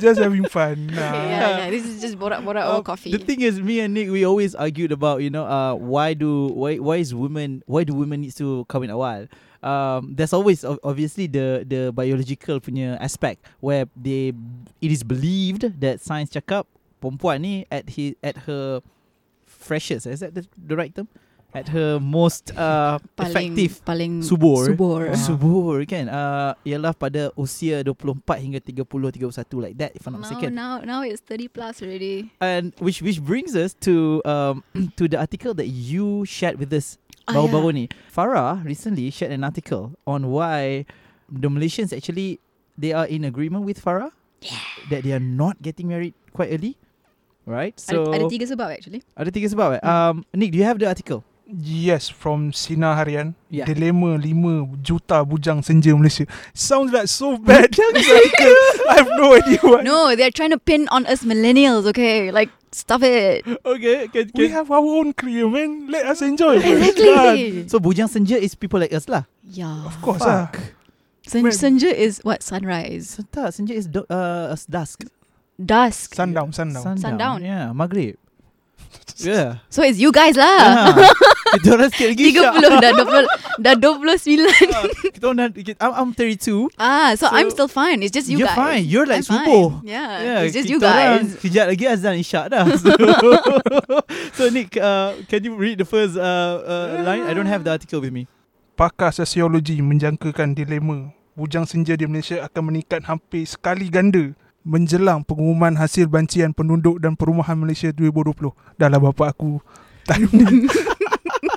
Speaker 2: just having fun. Nah.
Speaker 3: Okay, yeah, yeah, this is just borak borak
Speaker 1: Uh,
Speaker 3: or coffee.
Speaker 1: The thing is, me and Nick, we always argued about you know, uh, why do why why is women why do women needs to come in a while? Um, there's always ob- obviously the the biological punya aspect where they it is believed that science cakap perempuan ni at his at her freshest is that the, the right term? At her most uh,
Speaker 3: paling,
Speaker 1: effective
Speaker 3: paling
Speaker 1: subur.
Speaker 3: subur.
Speaker 2: Ah.
Speaker 1: subur kan uh, ialah pada usia 24 hingga 30 31 like that if I'm not
Speaker 3: Now,
Speaker 1: mistaken.
Speaker 3: now, now it's thirty plus already.
Speaker 1: and which which brings us to um to the article that you shared with us
Speaker 3: Ah,
Speaker 1: baru-baru ni. Farah recently shared an article on why the Malaysians actually they are in agreement with Farah that they are not getting married quite early, right? So
Speaker 3: ada, ada tiga sebab actually.
Speaker 1: ada tiga sebab. Eh?
Speaker 3: Hmm.
Speaker 1: Um, Nick, do you have the article?
Speaker 2: Yes, from Sina Harian.
Speaker 1: Yeah.
Speaker 2: Dilema 5 juta bujang senja Malaysia. Sounds like so bad. this article. I have no idea why.
Speaker 3: No, they're trying to pin on us millennials. Okay, like stuff it.
Speaker 1: Oh Okay, can,
Speaker 2: We have our own career, man. Let us enjoy.
Speaker 3: Exactly.
Speaker 1: so bujang senja is people like us lah.
Speaker 3: yeah.
Speaker 2: Of course. ah.
Speaker 3: Sen-
Speaker 2: Wait.
Speaker 3: senja is what
Speaker 1: So,
Speaker 3: sunrise,
Speaker 1: tak, senja is do- uh, s- dusk.
Speaker 3: dusk.
Speaker 2: Sundown, sundown.
Speaker 3: Sundown.
Speaker 1: Yeah, maghrib. yeah.
Speaker 3: so it's you guys
Speaker 1: Ah.
Speaker 3: lah.
Speaker 1: Kita orang sikit lagi
Speaker 3: Tiga
Speaker 1: Syak.
Speaker 3: puluh dah dua puluh dah dua puluh sembilan.
Speaker 1: Ah, Kita orang dah kita- I'm, I'm 32
Speaker 3: Ah, so,
Speaker 1: So-
Speaker 3: I'm still fine. It's just you
Speaker 1: You're
Speaker 3: guys.
Speaker 1: fine. You're like
Speaker 3: I'm fine.
Speaker 1: subuh.
Speaker 3: Yeah,
Speaker 1: Yeah,
Speaker 3: Uh, it's just
Speaker 1: kita
Speaker 3: you
Speaker 1: orang
Speaker 3: guys.
Speaker 1: Kejap lagi azan isyak dah So, so Nick uh, Can you read the first uh, uh, line I don't have the article with me
Speaker 2: Pakar sosiologi menjangkakan dilema bujang senja di Malaysia akan meningkat hampir sekali ganda menjelang pengumuman hasil bancian penduduk dan perumahan Malaysia 2020. Dahlah lah bapak aku tahun ni.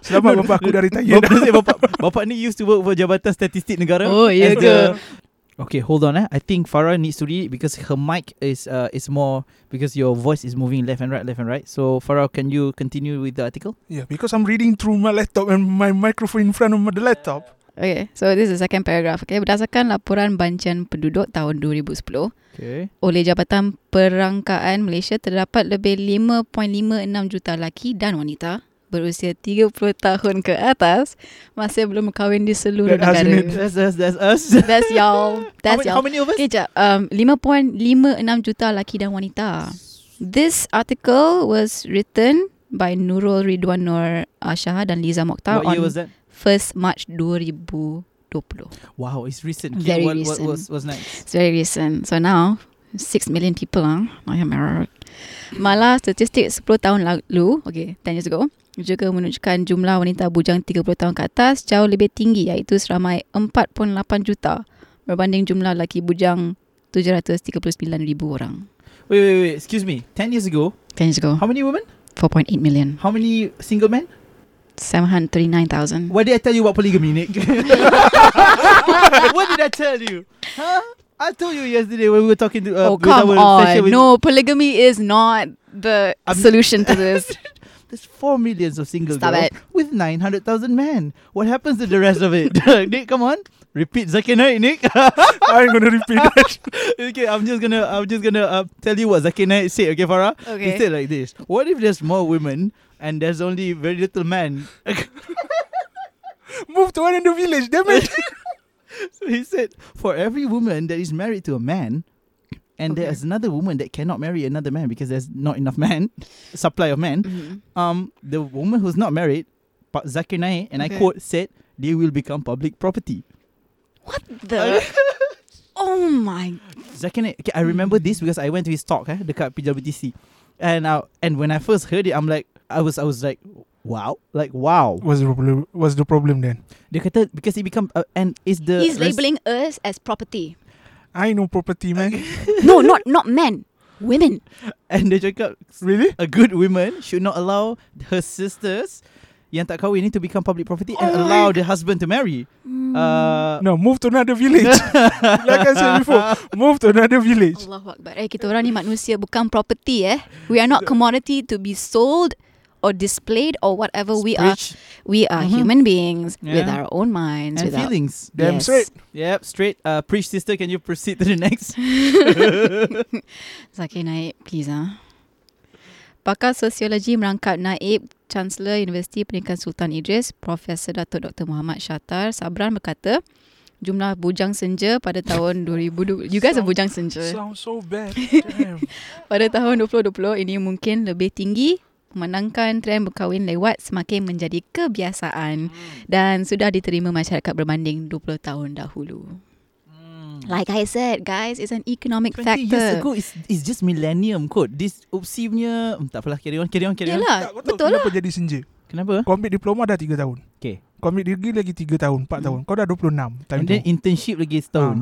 Speaker 2: Selamat bapak aku dari tayar
Speaker 1: Bapak,
Speaker 2: dah.
Speaker 1: saya, bapak, bapak ni used to work For Jabatan Statistik Negara
Speaker 3: Oh, ya
Speaker 1: as
Speaker 3: ke?
Speaker 1: the- Okay hold on eh I think Farah needs to read it Because her mic is uh, is more Because your voice is moving Left and right Left and right So Farah can you continue With the article
Speaker 2: Yeah, because I'm reading through my laptop and my microphone in front of the laptop.
Speaker 3: Okay, so this is the second paragraph. Okay, berdasarkan laporan bancian penduduk tahun 2010
Speaker 1: Okay
Speaker 3: oleh Jabatan Perangkaan Malaysia terdapat lebih 5.56 juta lelaki dan wanita berusia 30 tahun ke atas masih belum kahwin di seluruh
Speaker 2: That has in
Speaker 3: negara.
Speaker 1: That's us That's us
Speaker 3: That's y'all.
Speaker 1: how,
Speaker 3: That's
Speaker 1: many, how
Speaker 3: y'all.
Speaker 1: many of us
Speaker 3: Okay, jap. Um, 5.56 juta lelaki dan wanita. This article was written by Nurul Ridwan Nur Ashah dan Liza Mokhtar
Speaker 1: What year
Speaker 3: on
Speaker 1: was that
Speaker 3: 1st March 2020.
Speaker 1: Wow, it's recent.
Speaker 3: Very
Speaker 1: what,
Speaker 3: recent.
Speaker 1: What was, was next?
Speaker 3: It's very recent. So now, 6 million people huh? I am error. Malah statistik 10 tahun lalu, okay, 10 years ago, juga menunjukkan jumlah wanita bujang 30 tahun ke atas jauh lebih tinggi iaitu seramai 4.8 juta berbanding jumlah lelaki bujang 739,000 orang.
Speaker 1: Wait, wait, wait. Excuse me. 10 years ago,
Speaker 3: 10 years ago,
Speaker 1: how many women?
Speaker 3: 4.8 million.
Speaker 1: How many single men?
Speaker 3: 739,000.
Speaker 1: What did I tell you about polygamy, Nick? what did I tell you? Huh? I told you yesterday when we were talking to uh,
Speaker 3: oh,
Speaker 1: with
Speaker 3: come
Speaker 1: our session
Speaker 3: on.
Speaker 1: with-
Speaker 3: No, polygamy is not the
Speaker 1: I'm-
Speaker 3: solution to this.
Speaker 1: There's four millions of single
Speaker 3: Stop
Speaker 1: girls
Speaker 3: it.
Speaker 1: with 900,000 men. What happens to the rest of it? Nick, come on. Repeat Zakir Naik, Nick.
Speaker 2: I'm going to repeat that.
Speaker 1: okay, I'm just gonna, I'm just gonna uh, tell you what Zakir Naik said. Okay, Farah.
Speaker 3: Okay.
Speaker 1: He said like this. What if there's more women and there's only very little men?
Speaker 2: Move to one in the village, damn it.
Speaker 1: So he said, for every woman that is married to a man, and
Speaker 3: Okay.
Speaker 1: there's another woman that cannot marry another man because there's not enough men, supply of men.
Speaker 3: Mhm.
Speaker 1: Um, the woman who's not married, Pa- Zakir Naik, and I
Speaker 3: Okay.
Speaker 1: quote said, they will become public property.
Speaker 3: What the? oh my
Speaker 1: Zakir Naik, okay, I remember this because I went to his talk, eh, dekat PWTC, and uh, and when I first heard it, I'm like, I was I was like, wow, like wow.
Speaker 2: What's the problem, what's the problem then?
Speaker 1: They kata because it become uh, and is the
Speaker 3: He's
Speaker 1: res-
Speaker 3: labeling us as property.
Speaker 2: I know property, man.
Speaker 3: no, not not men, women.
Speaker 1: and they cakap
Speaker 2: Really?
Speaker 1: a good woman should not allow her sisters yang tak kahwin ni to become public property and
Speaker 2: Oh my Hmm.
Speaker 1: allow the husband to marry. Uh,
Speaker 2: No, move to another village. like I said before, move to another village.
Speaker 3: Allahu Akbar. Eh, kita orang ni manusia bukan property eh. We are not commodity to be sold or displayed or whatever we are.
Speaker 1: speech
Speaker 3: We are
Speaker 1: Mhm.
Speaker 3: human beings with
Speaker 1: Yeah.
Speaker 3: our own minds.
Speaker 1: and
Speaker 3: with our-
Speaker 1: feelings.
Speaker 2: Damn
Speaker 3: Yes.
Speaker 2: straight.
Speaker 1: Yep, straight. Uh, preach, sister. Can you proceed to the next?
Speaker 3: Zakir Naib, please ah. Pakar Sosiologi merangkap Naib Chancellor Universiti Pendidikan Sultan Idris, Profesor Datuk Dr. Muhammad Shatar Sabran berkata, jumlah bujang senja pada tahun 2020. You guys are bujang senja.
Speaker 2: Sounds so bad. Damn.
Speaker 3: Pada tahun 2020 ini mungkin lebih tinggi menangkan trend berkahwin lewat semakin menjadi kebiasaan
Speaker 1: Hmm.
Speaker 3: dan sudah diterima masyarakat berbanding 20 tahun dahulu. Like I said, guys, it's an economic
Speaker 1: 20 Hmm. years
Speaker 3: factor.
Speaker 1: ago is is just millennium kot. This oopsie punya mm, tak apalah carry on carry on carry on.
Speaker 2: tak,
Speaker 3: Yalah,
Speaker 2: kau tahu
Speaker 3: betul lah.
Speaker 2: kenapa jadi senja?
Speaker 1: Kenapa?
Speaker 2: Kau ambil diploma dah 3 tahun.
Speaker 1: Okay.
Speaker 2: Kau ambil degree lagi 3 tahun, 4
Speaker 3: Hmm.
Speaker 2: tahun. Kau dah 26 time Ah,
Speaker 1: And then
Speaker 2: tu.
Speaker 1: internship lagi setahun.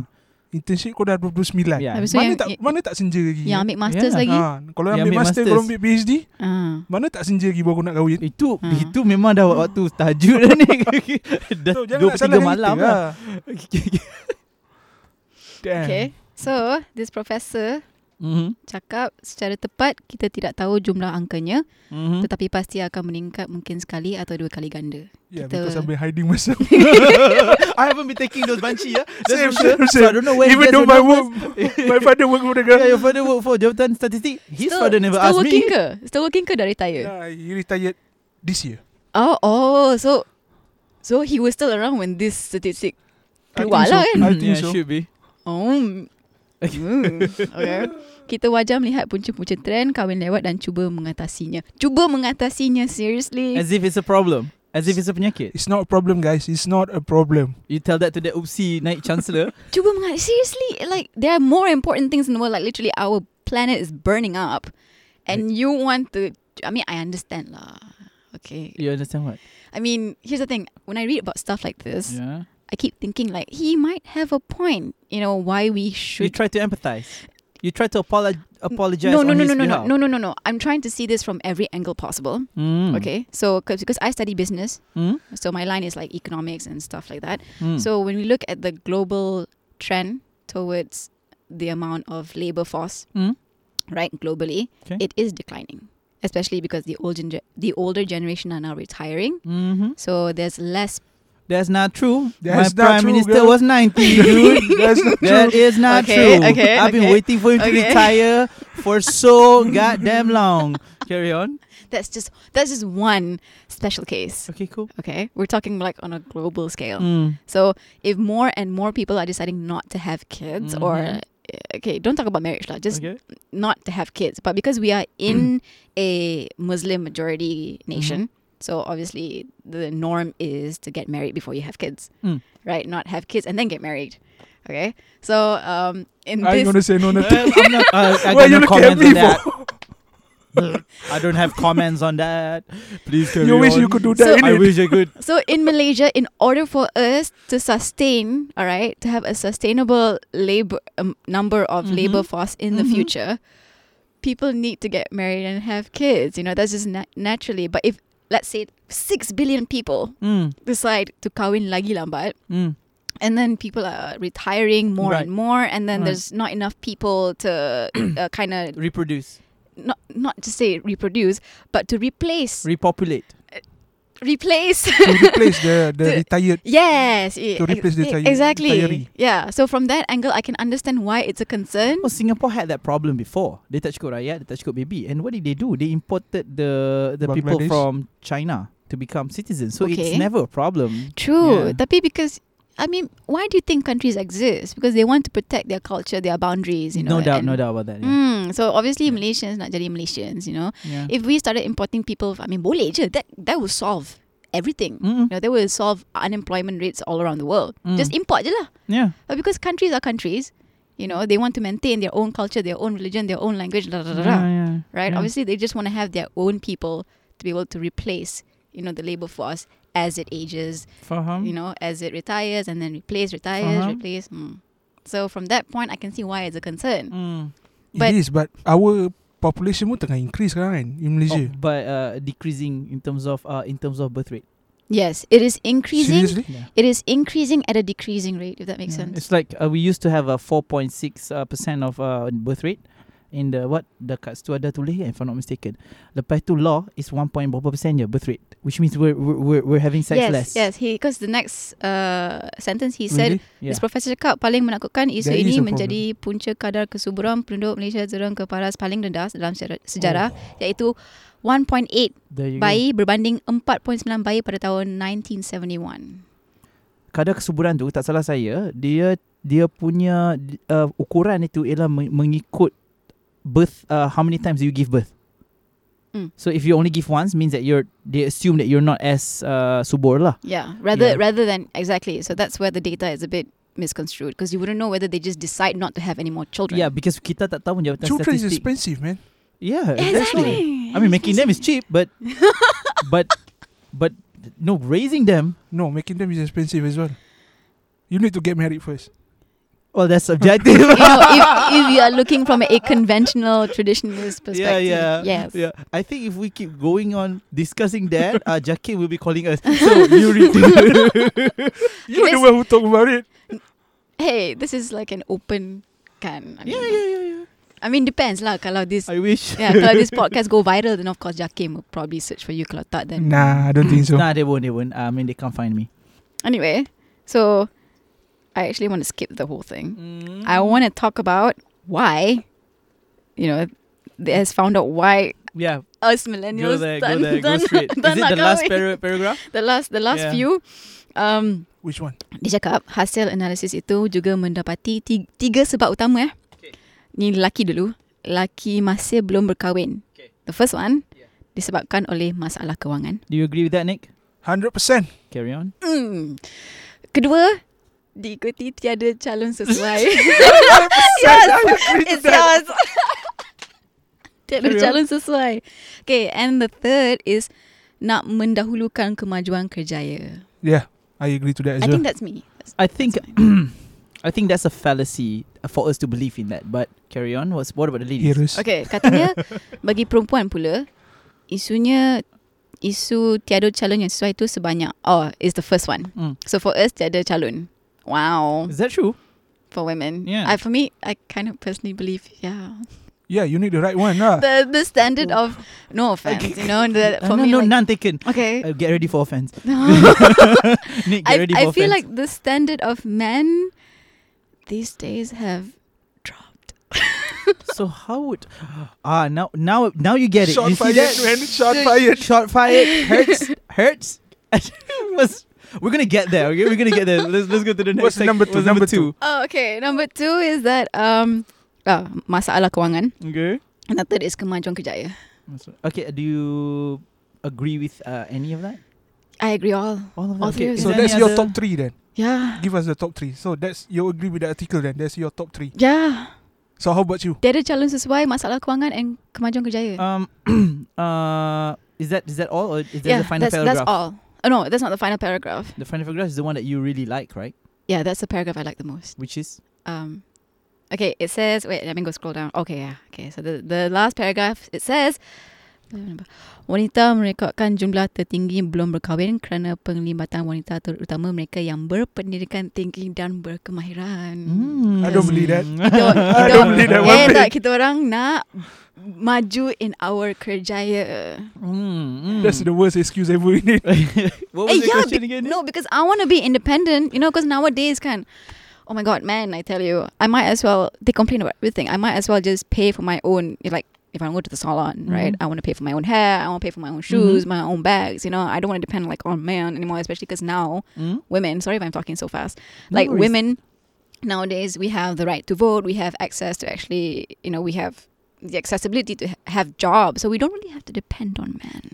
Speaker 2: Internship kau dah 29.
Speaker 1: Yeah.
Speaker 3: Habis tu
Speaker 2: Mana
Speaker 3: yang-
Speaker 2: tak mana tak senja lagi.
Speaker 3: Yang ambil masters
Speaker 1: Yalah.
Speaker 3: lagi.
Speaker 2: Ha, kalau
Speaker 1: Yang
Speaker 2: ambil
Speaker 1: ambil
Speaker 2: master,
Speaker 1: masters.
Speaker 2: kalau ambil PhD,
Speaker 3: Ah.
Speaker 2: mana tak senja lagi baru aku nak kahwin.
Speaker 1: Itu
Speaker 3: Ah.
Speaker 1: itu memang dah waktu tahajud dah ni. dah
Speaker 2: So, jangan nak
Speaker 1: 23
Speaker 2: salahkan
Speaker 1: malam
Speaker 2: kita
Speaker 1: lah.
Speaker 2: lah. Damn.
Speaker 3: Okay. So, this professor
Speaker 1: Mhm.
Speaker 3: Mm-hmm. cakap secara tepat kita tidak tahu jumlah angkanya
Speaker 1: Mhm.
Speaker 3: tetapi pasti akan meningkat mungkin sekali atau dua kali ganda.
Speaker 2: Yeah, Ya,
Speaker 3: Kita-
Speaker 2: because I've been hiding myself.
Speaker 1: I haven't been taking those banshee yeah. That's
Speaker 2: Same,
Speaker 1: for sure.
Speaker 2: same,
Speaker 1: So I don't know where you
Speaker 2: Even
Speaker 1: guys will
Speaker 2: though my
Speaker 1: know
Speaker 2: work, my father work for the
Speaker 1: Yeah,
Speaker 2: girl.
Speaker 1: your father work for Jabatan Statistik. His
Speaker 3: Still-
Speaker 1: father never
Speaker 3: still
Speaker 1: asked
Speaker 3: working
Speaker 1: me.
Speaker 3: ke? Still working ke dah retire?
Speaker 2: Yeah, he retired this year.
Speaker 3: Oh, oh, so so he was still around when this statistic.
Speaker 2: I think
Speaker 3: Keluar
Speaker 2: so.
Speaker 3: lah kan?
Speaker 2: I
Speaker 1: Mm,
Speaker 2: think
Speaker 1: yeah,
Speaker 2: so.
Speaker 1: should be.
Speaker 3: Oh. mm, okay. Kita wajar melihat punca-punca trend kahwin lewat dan cuba mengatasinya. Cuba mengatasinya seriously.
Speaker 1: As if it's a problem. As if it's a penyakit.
Speaker 2: It's not a problem, guys. It's not a problem.
Speaker 1: You tell that to the oopsie night chancellor.
Speaker 3: Cuba mengat seriously like there are more important things in the world like literally our planet is burning up and you want to I mean I understand lah. Okay.
Speaker 1: you understand what?
Speaker 3: I mean, here's the thing. When I read about stuff like this,
Speaker 1: Yeah.
Speaker 3: I keep thinking like he might have a point, you know, why we
Speaker 1: You
Speaker 3: should
Speaker 1: try to empathize. You try to apolo- apologize.
Speaker 3: No, no,
Speaker 1: on
Speaker 3: no,
Speaker 1: his
Speaker 3: no, no, no,
Speaker 1: behalf.
Speaker 3: no, no, no, no. I'm trying to see this from every angle possible.
Speaker 1: Mm.
Speaker 3: Okay, so 'cause- because I study business,
Speaker 1: Mm.
Speaker 3: so my line is like economics and stuff like that.
Speaker 1: Mm.
Speaker 3: So when we look at the global trend towards the amount of labor force,
Speaker 1: Mm.
Speaker 3: right, globally,
Speaker 1: Okay.
Speaker 3: it is declining, especially because the old gen- the older generation are now retiring.
Speaker 1: hmm
Speaker 3: So there's less.
Speaker 1: That's not true. My
Speaker 2: That's not
Speaker 1: prime
Speaker 2: true,
Speaker 1: minister
Speaker 2: girl.
Speaker 1: was 90, dude.
Speaker 2: That's not
Speaker 1: that
Speaker 2: true.
Speaker 1: is not true.
Speaker 3: Okay, okay,
Speaker 1: I've been
Speaker 3: okay,
Speaker 1: waiting for him to
Speaker 3: okay.
Speaker 1: retire for so goddamn long. Carry on.
Speaker 3: That's just that's just one special case.
Speaker 1: Okay, cool.
Speaker 3: Okay, we're talking like on a global scale.
Speaker 1: Mm.
Speaker 3: So if more and more people are deciding not to have kids
Speaker 1: Mhm.
Speaker 3: or eh, okay, don't talk about marriage lah, just
Speaker 1: okay.
Speaker 3: not to have kids. But because we are in a Muslim majority nation,
Speaker 1: Mm-hmm.
Speaker 3: so obviously the norm is to get married before you have kids.
Speaker 1: Mm.
Speaker 3: Right? Not have kids and then get married. Okay? So um in
Speaker 2: I'm
Speaker 3: this
Speaker 2: gonna say no. Nothing.
Speaker 1: Well, I'm not. Uh, I
Speaker 2: Why
Speaker 1: got
Speaker 2: you
Speaker 1: no
Speaker 2: look at
Speaker 1: comments
Speaker 2: me
Speaker 1: on that.
Speaker 2: for?
Speaker 1: I don't have comments on that. Please carry
Speaker 2: You wish
Speaker 1: on.
Speaker 2: you could do that.
Speaker 3: So-
Speaker 1: I
Speaker 2: innit?
Speaker 1: wish I could.
Speaker 3: So in Malaysia, in order for us to sustain, all right, to have a sustainable labor um, number of
Speaker 1: Mhm.
Speaker 3: labor force in the
Speaker 1: Mhm.
Speaker 3: future, people need to get married and have kids. You know, that's just nat- naturally. But if let's say six billion people
Speaker 1: Mm.
Speaker 3: decide to kawin lagi lambat,
Speaker 1: Mm.
Speaker 3: and then people are retiring more
Speaker 1: Right.
Speaker 3: and more, and then
Speaker 1: Right.
Speaker 3: there's not enough people to uh, kind of
Speaker 1: Reproduce,
Speaker 3: not not to say reproduce, but to replace
Speaker 1: repopulate.
Speaker 3: replace
Speaker 2: to replace the the
Speaker 3: To-
Speaker 2: retired.
Speaker 3: Yes. yeah,
Speaker 2: To replace the
Speaker 3: ex- e,
Speaker 2: tire-
Speaker 3: Exactly.
Speaker 1: E.
Speaker 2: retiree.
Speaker 3: Yeah. So from that angle, I can understand why it's a concern.
Speaker 1: Well, Oh, Singapore had that problem before. They touch code rakyat, they touch code baby. And what did they do? They imported the the people
Speaker 2: Bangladesh.
Speaker 1: from China to become citizens. So it's
Speaker 3: Okay.
Speaker 1: never a problem. Yeah.
Speaker 3: True. Tapi because I mean, why do you think countries exist? Because they want to protect their culture, their boundaries. You
Speaker 1: no
Speaker 3: know.
Speaker 1: doubt,
Speaker 3: and-
Speaker 1: no doubt about that. Yeah.
Speaker 3: Mm, so obviously
Speaker 1: Yeah.
Speaker 3: Malaysians not jadi Malaysians, you know.
Speaker 1: yeah.
Speaker 3: If we started importing people, I mean, boleh je. That that will solve everything.
Speaker 1: Mm-mm.
Speaker 3: You know, that will solve unemployment rates all around the world.
Speaker 1: Mm.
Speaker 3: Just import je lah.
Speaker 1: yeah.
Speaker 3: But because countries are countries, you know, they want to maintain their own culture, their own religion, their own language. Da, da, da, da.
Speaker 1: Yeah, yeah,
Speaker 3: right?
Speaker 1: yeah.
Speaker 3: Obviously, they just want to have their own people to be able to replace, you know, the labor force as it ages,
Speaker 1: Faham?
Speaker 3: you know, as it retires and then replace,
Speaker 1: Um.
Speaker 3: retires,
Speaker 1: Uh-huh.
Speaker 3: replace. Mm. So from that point, I can see why it's a concern.
Speaker 1: Mm.
Speaker 3: But-
Speaker 2: it is, but our population pun tengah increase sekarang kan in Malaysia.
Speaker 1: Oh, but uh, decreasing in terms of uh, in terms of birth rate.
Speaker 3: Yes, it is increasing.
Speaker 2: Seriously?
Speaker 1: Yeah.
Speaker 3: It is increasing at a decreasing rate, if that makes
Speaker 1: Yeah.
Speaker 3: sense.
Speaker 1: It's like uh, we used to have a 4.6 uh, percent of uh, birth rate in the what dekat situ ada tulis kan, if I'm not mistaken. Lepas tu law is 1. point berapa persen je birth rate, which means we're we're we're, we're having sex
Speaker 3: yes,
Speaker 1: less.
Speaker 3: yes. He because the next uh, sentence he said
Speaker 2: Really?
Speaker 1: Yeah.
Speaker 3: This profesor cakap paling menakutkan isu
Speaker 2: There is a
Speaker 3: ini menjadi punca kadar kesuburan penduduk Malaysia jurang ke paras paling rendah dalam sejarah, sejarah
Speaker 1: Oh.
Speaker 3: iaitu 1.8
Speaker 1: There you go.
Speaker 3: bayi berbanding 4.9 bayi pada tahun 1971.
Speaker 1: Kadar kesuburan tu tak salah saya, dia dia punya uh, ukuran itu ialah meng- mengikut birth uh, how many times you give birth.
Speaker 3: Mm.
Speaker 1: So if you only give once means that you're they assume that you're not as uh, subur lah.
Speaker 3: Yeah, rather
Speaker 1: Yeah.
Speaker 3: rather than exactly. So that's where the data is a bit misconstrued because you wouldn't know whether they just decide not to have any more children.
Speaker 1: Yeah, because kita tak tahu jawatan
Speaker 2: Children is
Speaker 1: statistik.
Speaker 2: expensive, man.
Speaker 1: yeah, that's why.
Speaker 3: exactly.
Speaker 1: I mean, making them is cheap, but but but no, raising them.
Speaker 2: No, making them is expensive as well. You need to get married first.
Speaker 1: Well, that's subjective.
Speaker 3: you know, if, if you are looking from a conventional traditionalist
Speaker 1: yeah,
Speaker 3: perspective,
Speaker 1: yeah,
Speaker 3: yes,
Speaker 1: yeah. I think if we keep going on discussing that, uh, Jackie will be calling us. So you read.
Speaker 2: You're the
Speaker 3: This-
Speaker 2: one who talk about it.
Speaker 3: hey, this is like an open can. I mean,
Speaker 1: yeah, yeah, yeah, yeah.
Speaker 3: I mean depends lah kalau this
Speaker 1: I wish.
Speaker 3: yeah, kalau this podcast go viral then of course Jakim will probably search for you kalau tak
Speaker 1: Mm.
Speaker 3: then.
Speaker 2: Nah, I don't think so.
Speaker 1: Nah, they won't. They won't. I mean, they can't find me.
Speaker 3: Anyway, so I actually want to skip the whole thing.
Speaker 1: Mm.
Speaker 3: I want to talk about why you know they has found out why
Speaker 1: Yeah,
Speaker 3: us
Speaker 1: go
Speaker 3: millennials
Speaker 1: there,
Speaker 3: tak-
Speaker 1: go there, go
Speaker 3: tak nak-
Speaker 1: straight.
Speaker 3: tak
Speaker 1: Is it
Speaker 3: nak
Speaker 1: the last
Speaker 3: kahwin.
Speaker 1: para- paragraph?
Speaker 3: the last the last
Speaker 1: Yeah.
Speaker 3: few um
Speaker 2: Which one?
Speaker 3: Dia cakap hasil analisis itu juga mendapati ti- tiga sebab utama eh.
Speaker 1: Okay.
Speaker 3: Ni lelaki dulu. Lelaki masih belum berkahwin.
Speaker 1: Okay.
Speaker 3: The first one
Speaker 1: Yeah.
Speaker 3: disebabkan oleh masalah kewangan.
Speaker 1: Do you agree with that, Nick?
Speaker 2: 100%.
Speaker 1: Carry on.
Speaker 3: Hmm. Kedua, diikuti tiada calon sesuai. yes, it sounds. tiada
Speaker 1: Carry on.
Speaker 3: calon sesuai. Okay, and the third is nak mendahulukan kemajuan kerjaya.
Speaker 2: Yeah, I agree to that as
Speaker 3: I
Speaker 2: well.
Speaker 3: think that's me. That's-
Speaker 1: I think,
Speaker 3: that's
Speaker 1: I think that's a fallacy for us to believe in that. But carry on. What's what about the ladies?
Speaker 2: Heroes.
Speaker 3: Okay, katanya bagi perempuan pula isunya isu tiada calon yang sesuai itu sebanyak. Oh, is the first one.
Speaker 1: Mm.
Speaker 3: So for us tiada calon. Wow,
Speaker 1: Is that true?
Speaker 3: for women.
Speaker 1: Yeah.
Speaker 3: I, for me, I kind of personally believe, yeah.
Speaker 2: Yeah, you need the right one. Lah.
Speaker 3: The the standard of no offense, you know, the,
Speaker 1: Uh,
Speaker 3: for
Speaker 1: no,
Speaker 3: me
Speaker 1: no,
Speaker 3: like,
Speaker 1: none taken.
Speaker 3: okay.
Speaker 1: Uh, get ready for offense. Nick, get
Speaker 3: I,
Speaker 1: ready
Speaker 3: I
Speaker 1: for
Speaker 3: feel
Speaker 1: offense.
Speaker 3: like the standard of men these days have dropped.
Speaker 1: so how would ah now now now you get it.
Speaker 2: Shot
Speaker 1: you see
Speaker 2: fired,
Speaker 1: that?
Speaker 2: man. Shot
Speaker 3: Dude.
Speaker 2: fired.
Speaker 1: Shot fired hurts hurts. Was- we're gonna get there. Okay, we're gonna get there. Let's let's go to the next.
Speaker 2: What's
Speaker 1: sec-
Speaker 2: number two?
Speaker 1: what's
Speaker 2: Number two.
Speaker 3: Oh, okay. Number two is that um, ah, masalah kewangan.
Speaker 1: Okay.
Speaker 3: And the third is kemajuan kerjaya.
Speaker 1: Okay. Do you agree with uh, any of that?
Speaker 3: I agree all.
Speaker 1: All of that.
Speaker 3: All
Speaker 1: okay.
Speaker 3: three of
Speaker 1: is
Speaker 2: So
Speaker 1: there
Speaker 2: that's
Speaker 1: any
Speaker 2: your
Speaker 1: other-
Speaker 2: top three then.
Speaker 3: Yeah.
Speaker 2: Give us the top three. So that's you agree with the article then. That's your top three.
Speaker 3: Yeah.
Speaker 2: So how about you?
Speaker 3: Tiada calon sesuai masalah kewangan and kemajuan kerjaya.
Speaker 1: Um. uh. Is that is that all? Or is there the
Speaker 3: yeah,
Speaker 1: final
Speaker 3: that's,
Speaker 1: paragraph?
Speaker 3: that's all. Oh no, that's not the final paragraph.
Speaker 1: The final paragraph is the one that you really like, right?
Speaker 3: Yeah, that's the paragraph I like the most.
Speaker 1: Which is
Speaker 3: Um, okay, it says. Wait, let me go scroll down. Okay, yeah. Okay, so the the last paragraph it says. Wanita merekodkan jumlah tertinggi belum berkahwin kerana penglibatan wanita terutama mereka yang berpendidikan tinggi dan berkemahiran.
Speaker 1: Mm.
Speaker 2: I don't believe that.
Speaker 3: don't,
Speaker 2: I
Speaker 3: kita,
Speaker 2: don't believe that one
Speaker 3: Eh,
Speaker 2: bit.
Speaker 3: tak, kita orang nak maju in our kerjaya.
Speaker 1: Mm, mm.
Speaker 2: That's the worst excuse ever. innit?
Speaker 1: what
Speaker 3: Eh,
Speaker 1: was the
Speaker 3: yeah,
Speaker 1: question
Speaker 3: be-
Speaker 1: again?
Speaker 3: No, because I want to be independent, you know, because nowadays kan, oh my god, man, I tell you, I might as well, they complain about everything. I might as well just pay for my own, like, if I go to the salon, right?
Speaker 1: Mhm.
Speaker 3: I want to pay for my own hair. I want to pay for my own shoes,
Speaker 1: Mm-hmm.
Speaker 3: my own bags. You know, I don't want to depend like on men anymore, especially because now
Speaker 1: Mm?
Speaker 3: women. Sorry if I'm talking so fast.
Speaker 1: No
Speaker 3: like
Speaker 1: worries.
Speaker 3: women nowadays, we have the right to vote. We have access to actually, you know, we have the accessibility to ha- have jobs, so we don't really have to depend on men,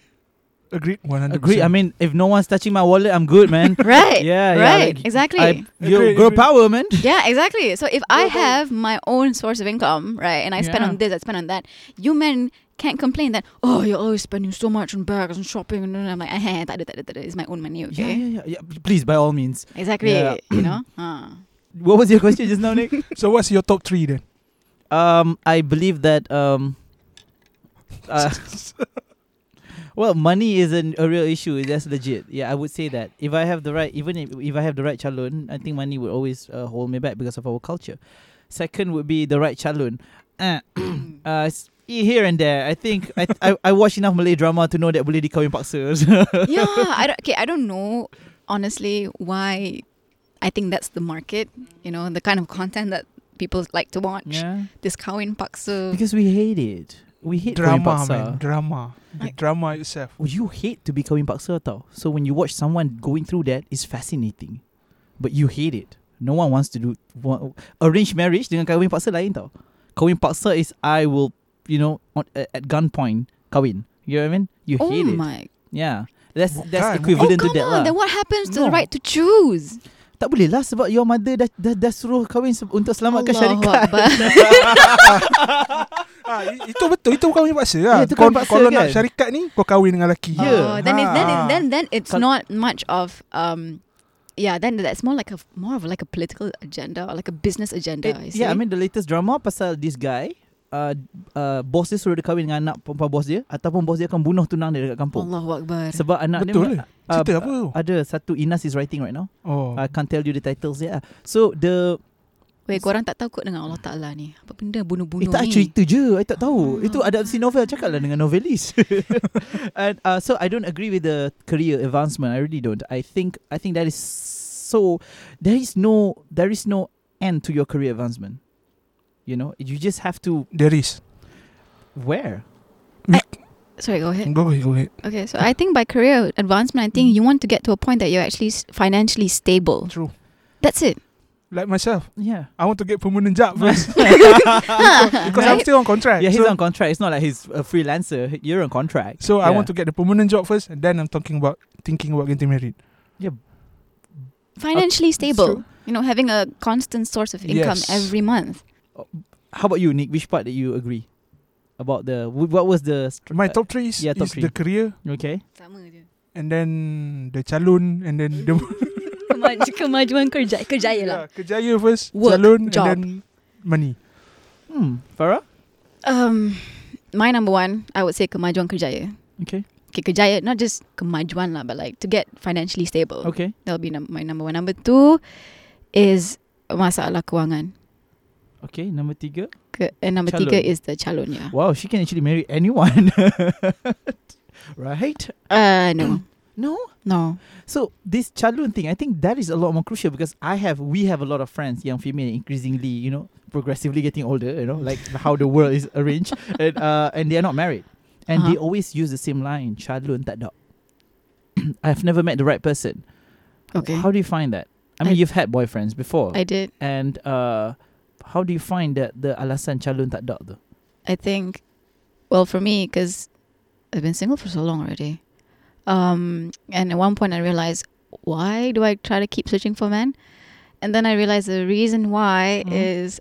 Speaker 2: Agreed. One hundred.
Speaker 1: Agree. I mean, if no one's touching my wallet, I'm good, man.
Speaker 3: right?
Speaker 1: Yeah, yeah,
Speaker 3: right,
Speaker 1: like,
Speaker 3: exactly.
Speaker 1: I, yo,
Speaker 2: Agree,
Speaker 1: girl
Speaker 2: agree.
Speaker 1: power, man.
Speaker 3: yeah, exactly. So if I
Speaker 2: Yeah, but-
Speaker 3: have my own source of income, right, and I spend
Speaker 1: Yeah.
Speaker 3: on this, I spend on that, you men can't complain that oh you're always spending so much on bags and shopping and I'm like eh, tak ada, tak ada, tak ada. it's my own money,
Speaker 1: Yeah,
Speaker 3: okay?
Speaker 1: yeah, yeah, yeah. Please, by all means.
Speaker 3: Exactly.
Speaker 1: Yeah.
Speaker 3: You know? Ah.
Speaker 1: What was your question just now, Nick?
Speaker 2: So what's your top three then?
Speaker 1: Um, I believe that um, Uh, well, money isn't a real issue. That's legit. Yeah, I would say that if I have the right, even if, if I have the right calon, I think money would always uh, hold me back because of our culture. Second would be the right calon. Uh, uh, s- here and there, I think I, I I watch enough Malay drama to know that boleh dikahwin paksa.
Speaker 3: yeah, I don't, okay, I don't know honestly why I think that's the market, you know, the kind of content that people like to watch.
Speaker 1: yeah,
Speaker 3: This Kawin Paksu.
Speaker 1: because we hate it. We hate kahwin
Speaker 2: drama,
Speaker 1: paksa.
Speaker 2: man. Drama. The
Speaker 3: Like-
Speaker 2: drama itself.
Speaker 1: Would you hate to be kahwin paksa tau. So when you watch someone going through that, it's fascinating. But you hate it. No one wants to do wa- arranged marriage dengan kahwin paksa lain tau. Kahwin paksa is I will, you know, on, at, at gunpoint kahwin. You know what I mean? You
Speaker 3: Oh
Speaker 1: hate it.
Speaker 3: my.
Speaker 1: Yeah. That's
Speaker 2: Bukan.
Speaker 1: that's
Speaker 3: Oh,
Speaker 1: equivalent to
Speaker 3: come
Speaker 1: that
Speaker 3: on.
Speaker 1: lah.
Speaker 3: Then what happens to the
Speaker 1: No.
Speaker 3: right to choose?
Speaker 1: tak boleh lah sebab your mother dah dah, dah suruh kahwin se- untuk selamatkan
Speaker 3: Allahu
Speaker 1: syarikat.
Speaker 3: Akbar.
Speaker 2: ah, i- itu betul. Itu kahwin paksa lah.
Speaker 1: Ya, itu
Speaker 2: kau,
Speaker 1: kahwin paksa
Speaker 2: kalau nak
Speaker 1: kan?
Speaker 2: syarikat ni, kau kahwin dengan lelaki.
Speaker 1: Ya. Yeah. Ah.
Speaker 3: Oh, then, it, then, it,
Speaker 2: Ha.
Speaker 3: then then it's
Speaker 1: Kal-
Speaker 3: not much of um, yeah. Then that's more like a more of like a political agenda or like a business agenda.
Speaker 1: It-
Speaker 3: you see?
Speaker 1: Eh, yeah, I mean the latest drama pasal this guy Uh, uh, bos dia suruh dia kahwin dengan anak perempuan bos dia Ataupun bos dia akan bunuh tunang dia dekat kampung
Speaker 3: Allahu Akbar.
Speaker 1: Sebab anak dia uh,
Speaker 2: Betul eh? Cerita apa tu?
Speaker 1: Ada satu Inas is writing right now.
Speaker 2: Oh.
Speaker 1: I can't tell you the titles yeah. So the
Speaker 3: Weh, korang tak takut dengan Allah Ta'ala ni? Apa benda
Speaker 1: eh,
Speaker 3: bunuh-bunuh
Speaker 1: tak
Speaker 3: ni?
Speaker 1: cerita je. I tak tahu.
Speaker 3: Ah.
Speaker 1: Itu adapsi novel cakap lah dengan novelis. And uh, so I don't agree with the career advancement. I really don't. I think I think that is so there is no there is no end to your career advancement. You know, you just have to
Speaker 2: There is.
Speaker 1: where
Speaker 3: Sorry, go ahead.
Speaker 2: Go ahead, go ahead.
Speaker 3: Okay, so I think by career advancement, I think you want to get to a point that you're actually s- financially stable.
Speaker 2: True.
Speaker 3: That's it.
Speaker 2: Like myself.
Speaker 1: yeah.
Speaker 2: I want to get permanent job first. because I'm
Speaker 3: right?
Speaker 2: still on contract.
Speaker 1: Yeah, he's
Speaker 2: so
Speaker 1: on contract. It's not like he's a freelancer. You're on contract.
Speaker 2: so
Speaker 1: yeah.
Speaker 2: I want to get the permanent job first and then I'm talking about thinking about getting married.
Speaker 1: Oh,
Speaker 3: Financially
Speaker 2: true.
Speaker 3: stable. You know, having a constant source of income
Speaker 2: Yes.
Speaker 3: every month.
Speaker 1: How about you, Nick? Which part that you agree about the? wh- What was the str-
Speaker 2: My
Speaker 1: uh,
Speaker 2: top three is,
Speaker 1: yeah, top
Speaker 2: is
Speaker 1: three.
Speaker 2: the career
Speaker 1: Okay.
Speaker 2: and then the calon and then the
Speaker 3: Kemaj- Kemajuan kerja, kerjaya lah.
Speaker 2: yeah, kerjaya first,
Speaker 3: Work,
Speaker 2: calon
Speaker 3: job.
Speaker 2: and then money.
Speaker 1: Hmm. Farah.
Speaker 3: Um, my number one, I would say kemajuan kerjaya.
Speaker 1: Okay.
Speaker 3: Okay, kerjaya, not just kemajuan lah, but like to get financially stable.
Speaker 1: Okay.
Speaker 3: That'll be num- my number one. Number two is masalah kewangan.
Speaker 1: Okay. Number tiga.
Speaker 3: Ke, and number
Speaker 1: Calon.
Speaker 3: tiga is the calon, yeah.
Speaker 1: Wow, she can actually marry anyone. right?
Speaker 3: Uh, no.
Speaker 1: No.
Speaker 3: no.
Speaker 1: So this calon thing, I think that is a lot more crucial because I have, we have a lot of friends, young female, increasingly, you know, progressively getting older. You know, like how the world is arranged, and uh, and they are not married, and
Speaker 3: Uh-huh.
Speaker 1: they always use the same line, calon tak ada. I've never met the right person.
Speaker 3: Okay.
Speaker 1: How do you find that? I mean,
Speaker 3: I-
Speaker 1: you've had boyfriends before,
Speaker 3: I did.
Speaker 1: and uh, how do you find that the alasan calon tak ada tu?
Speaker 3: I think, well, for me, because I've been single for so long already. Um, and at one point, I realized, why do I try to keep searching for men? And then I realized the reason why
Speaker 1: Mhm.
Speaker 3: is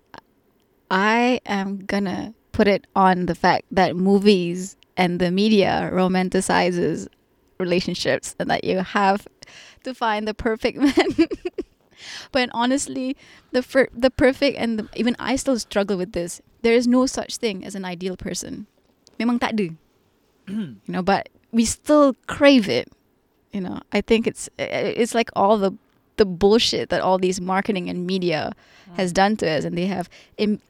Speaker 3: I am gonna put it on the fact that movies and the media romanticizes relationships and that you have to find the perfect man. but honestly, the fir- the perfect and the, even I still struggle with this. There is no such thing as an ideal person. Memang tak ada. you know, but we still crave it. You know, I think it's it's like all the the bullshit that all these marketing and media has done to us, and they have Im-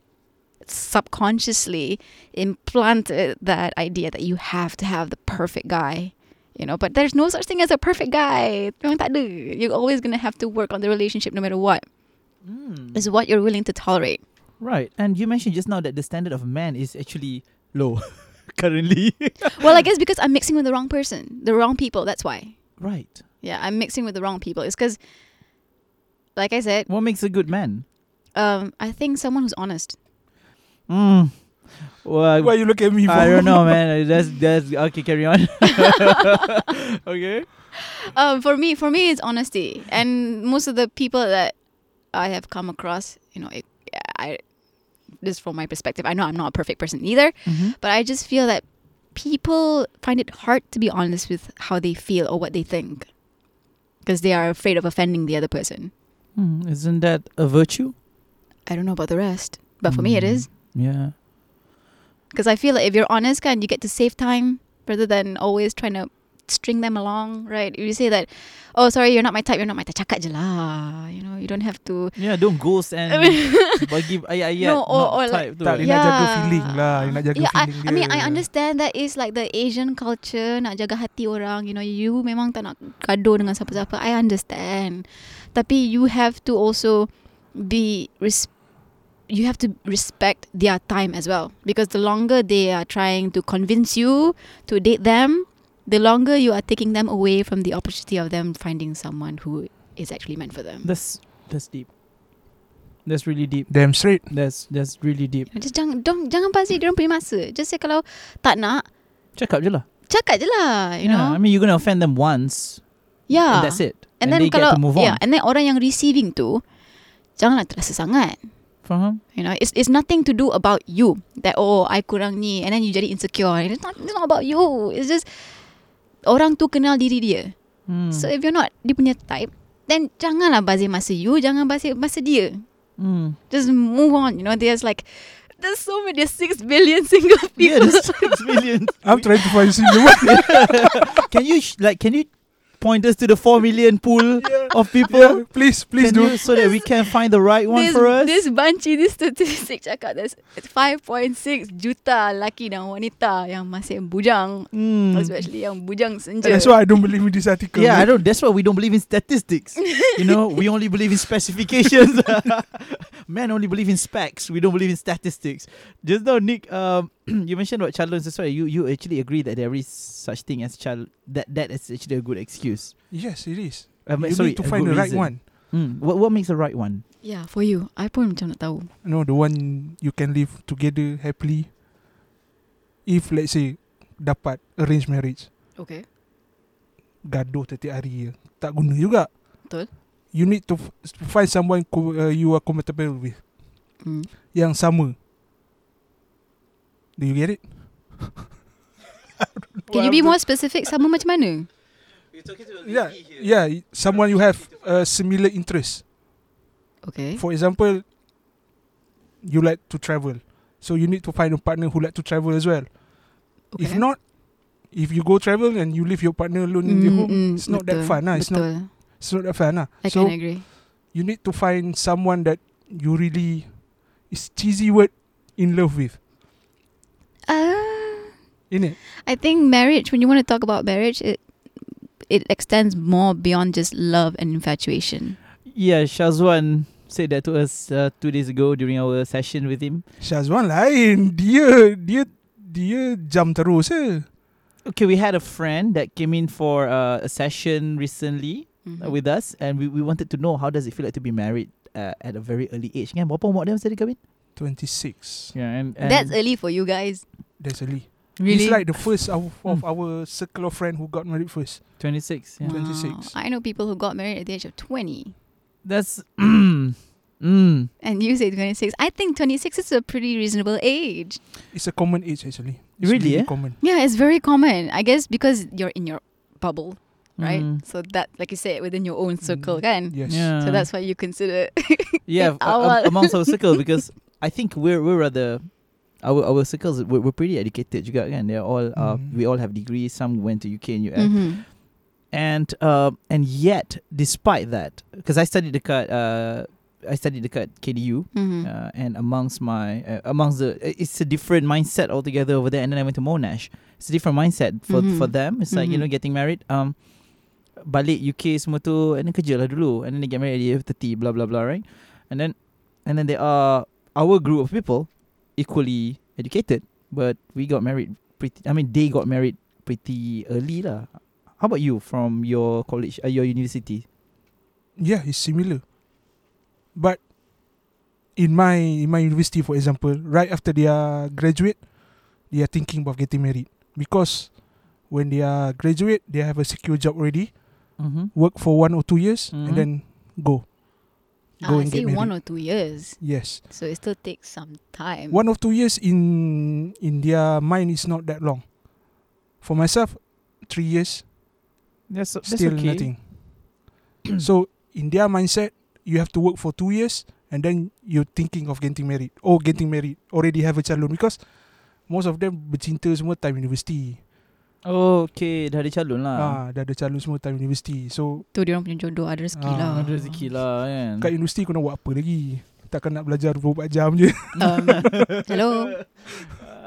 Speaker 3: subconsciously implanted that idea that you have to have the perfect guy. You know, but there's no such thing as a perfect guy. Memang tak ada. You're always gonna have to work on the relationship no matter what. It's what you're willing to tolerate.
Speaker 1: Right, and you mentioned just now that the standard of man is actually low currently.
Speaker 3: well, I guess because I'm mixing with the wrong person, the wrong people. That's why.
Speaker 1: right.
Speaker 3: Yeah, I'm mixing with the wrong people. It's because, like I said,
Speaker 1: What makes a good man?
Speaker 3: um, I think someone who's honest.
Speaker 1: Mm. Well,
Speaker 2: Why you look at me for?
Speaker 1: I don't know, man. That's that's okay. Carry on. okay.
Speaker 3: Um, for me, for me, it's honesty. And most of the people that I have come across, you know, it, I just from my perspective, I know I'm not a perfect person either,
Speaker 1: Mm-hmm.
Speaker 3: but I just feel that people find it hard to be honest with how they feel or what they think because they are afraid of offending the other person.
Speaker 1: Mm, isn't that a virtue? Mm.
Speaker 3: I don't know about the rest, but for me, it is.
Speaker 1: Yeah.
Speaker 3: Because I feel like if you're honest, kan, you get to save time rather than always trying to string them along, right? If you say that, oh, sorry, you're not my type, you're not my type, cakap je lah. You know, you don't have to. um,
Speaker 1: Yeah, don't ghost and bagi ayat-ayat.
Speaker 3: No, or-
Speaker 1: not
Speaker 3: or
Speaker 1: type
Speaker 2: Tak,
Speaker 1: tu.
Speaker 2: dia nak jaga feeling lah. Dia nak jaga
Speaker 3: yeah, Ya. I,
Speaker 2: feeling
Speaker 3: I mean,
Speaker 2: dia.
Speaker 3: I understand that is like the Asian culture, nak jaga hati orang. You know, you memang tak nak gaduh dengan siapa-siapa. I understand. Tapi you have to also be res- you have to respect their time as well because the longer they are trying to convince you to date them, the longer you are taking them away from the opportunity of them finding someone who is actually meant for them.
Speaker 1: That's that's deep. That's really deep.
Speaker 2: Damn straight.
Speaker 1: That's that's really deep.
Speaker 3: Just jangan don't, jangan pasti dia punya masa. Just say kalau tak nak,
Speaker 1: Cakap je lah.
Speaker 3: cakap je lah, you
Speaker 1: yeah,
Speaker 3: know.
Speaker 1: I mean you're gonna offend them once.
Speaker 3: yeah.
Speaker 1: And that's it.
Speaker 3: And, then
Speaker 1: they
Speaker 3: kalau
Speaker 1: get to move on.
Speaker 3: yeah, and then orang yang receiving tu janganlah terasa sangat.
Speaker 1: Faham?
Speaker 3: You know, it's it's nothing to do about you. That oh, I kurang ni and then you jadi insecure. And It's not it's not about you. It's just orang tu kenal diri dia.
Speaker 1: Hmm.
Speaker 3: So if you're not dia punya type, then janganlah bazir masa you, jangan bazir masa dia.
Speaker 1: Hmm.
Speaker 3: Just move on. You know, there's like there's so many there's six billion single
Speaker 1: Yeah,
Speaker 3: people.
Speaker 1: there's six million.
Speaker 2: I'm trying to find single one.
Speaker 1: can you sh- like can you point us to the four million pool of people?
Speaker 2: Yeah, please, please
Speaker 1: can you,
Speaker 2: do.
Speaker 1: so that we can find the right one
Speaker 3: this,
Speaker 1: for us.
Speaker 3: This banci, this statistic cakap there's 5.6 juta lelaki dan wanita yang masih bujang.
Speaker 1: Hmm.
Speaker 3: Especially yang bujang senja.
Speaker 2: That's why I don't believe in this article.
Speaker 1: Yeah, I
Speaker 2: man.
Speaker 1: don't. That's why we don't believe in statistics. you know, we only believe in specifications. Men only believe in specs. We don't believe in statistics. Just now, Nick, um, you mentioned about child loans. That's why you you actually agree that there is such thing as child that that is actually a good excuse.
Speaker 2: Yes, it is.
Speaker 1: I mean,
Speaker 2: you
Speaker 1: sorry,
Speaker 2: need
Speaker 1: a
Speaker 2: to find
Speaker 1: good
Speaker 2: the right
Speaker 1: reason.
Speaker 2: one.
Speaker 1: Mm, what what makes the right one?
Speaker 3: Yeah, for you. I pun macam nak tahu.
Speaker 2: No, the one you can live together happily. If let's say dapat arrange marriage,
Speaker 3: Okay.
Speaker 2: gaduh tiap hari je. Tak guna juga.
Speaker 3: Betul.
Speaker 2: You need to f- find someone co- uh, you are compatible with.
Speaker 3: Hmm.
Speaker 2: Yang sama. Do you get it?
Speaker 3: Can you be more specific? Sama macam mana?
Speaker 2: Yeah, yeah. Someone you have uh, similar interest.
Speaker 3: Okay.
Speaker 2: For example, you like to travel, so you need to find a partner who like to travel as well.
Speaker 3: okay.
Speaker 2: If not, if you go travel and you leave your partner alone in your home, it's not that fun lah. It's not-
Speaker 3: Mm, betul.
Speaker 2: it's not that fair lah.
Speaker 3: I
Speaker 2: So
Speaker 3: can agree.
Speaker 2: you need to find someone that you really is cheesy word in love with,
Speaker 3: Ah,
Speaker 2: innit?
Speaker 3: I think marriage, when you want to talk about marriage, it it extends more beyond just love and infatuation.
Speaker 1: Yeah, Shazwan said that to us uh, two days ago during our session with him.
Speaker 2: Syazwan lain. Dia dia dia jam terus eh.
Speaker 1: Okay, we had a friend that came in for uh, a session recently.
Speaker 2: Uh,
Speaker 3: Mhm.
Speaker 1: with us and we, we wanted to know how does it feel like to be married uh, at a very early age. Kan berapa umur dia masa dia kahwin?
Speaker 2: 26.
Speaker 1: Yeah, and, and
Speaker 3: That's early for you guys.
Speaker 2: That's early.
Speaker 3: Really?
Speaker 2: He's like the first of, of
Speaker 1: Mm.
Speaker 2: our circle of friend who got married first.
Speaker 1: 26. Yeah.
Speaker 2: Wow. 26.
Speaker 3: I know people who got married at the age of 20.
Speaker 1: That's mm,
Speaker 3: And you say 26. I think 26 is a pretty reasonable age.
Speaker 2: It's a common age actually. It's
Speaker 1: Really, eh?
Speaker 2: common.
Speaker 3: Yeah, it's very common. I guess because you're in your bubble, right?
Speaker 1: Mm.
Speaker 3: So that, like you said, within your own circle,
Speaker 2: Mm.
Speaker 3: kan?
Speaker 2: Yes.
Speaker 1: Mm-hmm. Yeah.
Speaker 3: So that's why you consider.
Speaker 1: yeah, a- a-
Speaker 3: awal.
Speaker 1: amongst our circle because I think we're we're rather our our circles we're, we're pretty educated juga kan. They're all uh,
Speaker 2: Mm.
Speaker 1: we all have degrees. Some went to UK and US.
Speaker 3: Mhm.
Speaker 1: and uh, and yet despite that because I studied dekat uh, I studied dekat KDU
Speaker 3: Mhm.
Speaker 1: uh, and amongst my uh, amongst the uh, it's a different mindset altogether over there and then i went to monash it's a different mindset for
Speaker 3: Mhm.
Speaker 1: for them it's like you know
Speaker 3: Mhm.
Speaker 1: getting married um balik UK semua tu and then kerja lah dulu and then they get married at the age of 30 blah blah blah right and then and then there are our group of people equally educated but we got married pretty I mean they got married pretty early lah how about you from your college uh, your university
Speaker 2: Yeah, it's similar. But in my in my university, for example, right after they are graduate, they are thinking about getting married because when they are graduate, they have a secure job already,
Speaker 1: mm-hmm.
Speaker 2: work for one or two years,
Speaker 1: Mhm.
Speaker 2: and then go, go
Speaker 3: Ah, I
Speaker 2: and
Speaker 3: say
Speaker 2: get married.
Speaker 3: one or two years.
Speaker 2: yes,
Speaker 3: So it still takes some time.
Speaker 2: one or two years in in their mind is not that long. For myself, three years,
Speaker 1: that's, that's
Speaker 2: still
Speaker 1: okay.
Speaker 2: nothing. so in their mindset, you have to work for two years and then you're thinking of getting married or getting married already have a child loan because most of them bercinta semua time university.
Speaker 1: Oh, okay. Dah ada calon lah.
Speaker 2: Ah, dah ada calon semua time university. So
Speaker 3: Tu dia orang punya jodoh Ada rezeki
Speaker 2: Ah,
Speaker 3: lah
Speaker 1: Ada rezeki lah kan.
Speaker 2: kat universiti kau nak buat apa lagi? Takkan nak belajar 24 jam je.
Speaker 3: um, Hello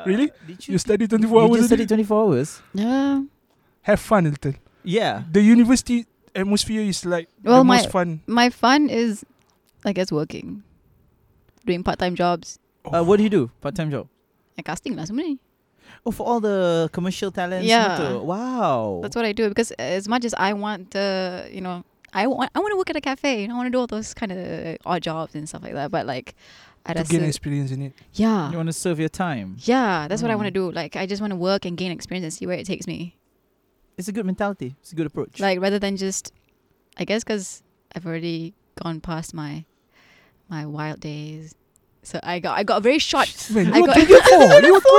Speaker 2: Really?
Speaker 1: Uh, Did you,
Speaker 2: you study 24
Speaker 1: you
Speaker 2: hours
Speaker 1: just
Speaker 2: a day.
Speaker 1: study 24 hours?
Speaker 3: yeah.
Speaker 2: Have fun a little.
Speaker 1: Yeah.
Speaker 2: The university atmosphere is like
Speaker 3: Well,
Speaker 2: the
Speaker 3: my-
Speaker 2: most fun.
Speaker 3: My fun is I guess working Doing part-time jobs
Speaker 1: Uh, what do you do? Part-time job?
Speaker 3: And casting lah sebenarnya
Speaker 1: Oh, for all the commercial talents
Speaker 3: Yeah.
Speaker 1: semua tu. Wow.
Speaker 3: That's what I do because as much as I want to, you know, I want I want to work at a cafe. You know, I want to do all those kind of odd jobs and stuff like that. But like, I
Speaker 2: to
Speaker 3: just
Speaker 2: gain experience in it.
Speaker 1: you
Speaker 3: yeah,
Speaker 1: want to serve your time.
Speaker 3: yeah, that's what I want to
Speaker 1: Mm.
Speaker 3: do. Like, I just want to work and gain experience and see where it takes me.
Speaker 1: It's a good mentality. It's a good approach.
Speaker 3: Like rather than just, I guess because I've already gone past my my wild days. So I got I got very short.
Speaker 2: Man,
Speaker 3: I
Speaker 2: you were
Speaker 3: got-
Speaker 2: 24. you were 24.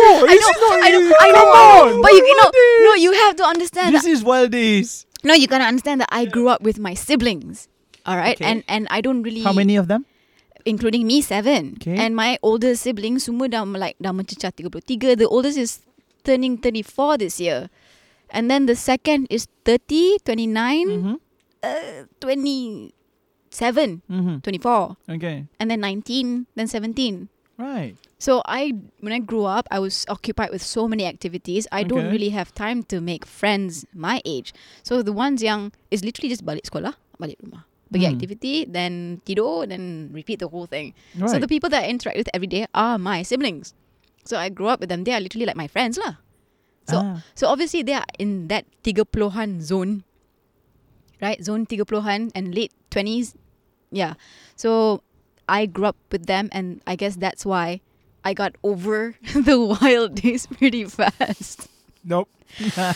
Speaker 3: I
Speaker 2: It's
Speaker 3: know,
Speaker 2: not
Speaker 3: I know,
Speaker 2: easy.
Speaker 3: I
Speaker 2: Come
Speaker 3: know,
Speaker 2: on.
Speaker 3: but you, you know, no, you have to understand.
Speaker 1: this is wild days.
Speaker 3: No, you gotta understand that I grew up with my siblings. All right,
Speaker 1: Okay.
Speaker 3: and and I don't really
Speaker 1: How many of them?
Speaker 3: including me seven
Speaker 1: Okay.
Speaker 3: and my older siblings semua dah like dah mencecah 33 the oldest is turning 34 this year and then the second is 30 29
Speaker 1: Mm-hmm.
Speaker 3: uh, 27
Speaker 1: Mm-hmm.
Speaker 3: 24
Speaker 1: Okay.
Speaker 3: and then 19 then 17
Speaker 1: Right.
Speaker 3: so I when I grew up I was occupied with so many activities I don't
Speaker 1: Okay.
Speaker 3: really have time to make friends my age so the ones yang is literally just balik sekolah balik rumah pergi
Speaker 1: Hmm.
Speaker 3: activity then tidur then repeat the whole thing
Speaker 1: Right.
Speaker 3: so the people that I interact with every day are my siblings. So I grew up with them. They are literally like my friends lah. so-
Speaker 1: ah.
Speaker 3: So obviously they are in that 30-an zone. Right? Zone 30-an and late 20s. Yeah. So I grew up with them and I guess that's why I got over the wild days pretty fast.
Speaker 2: Nope,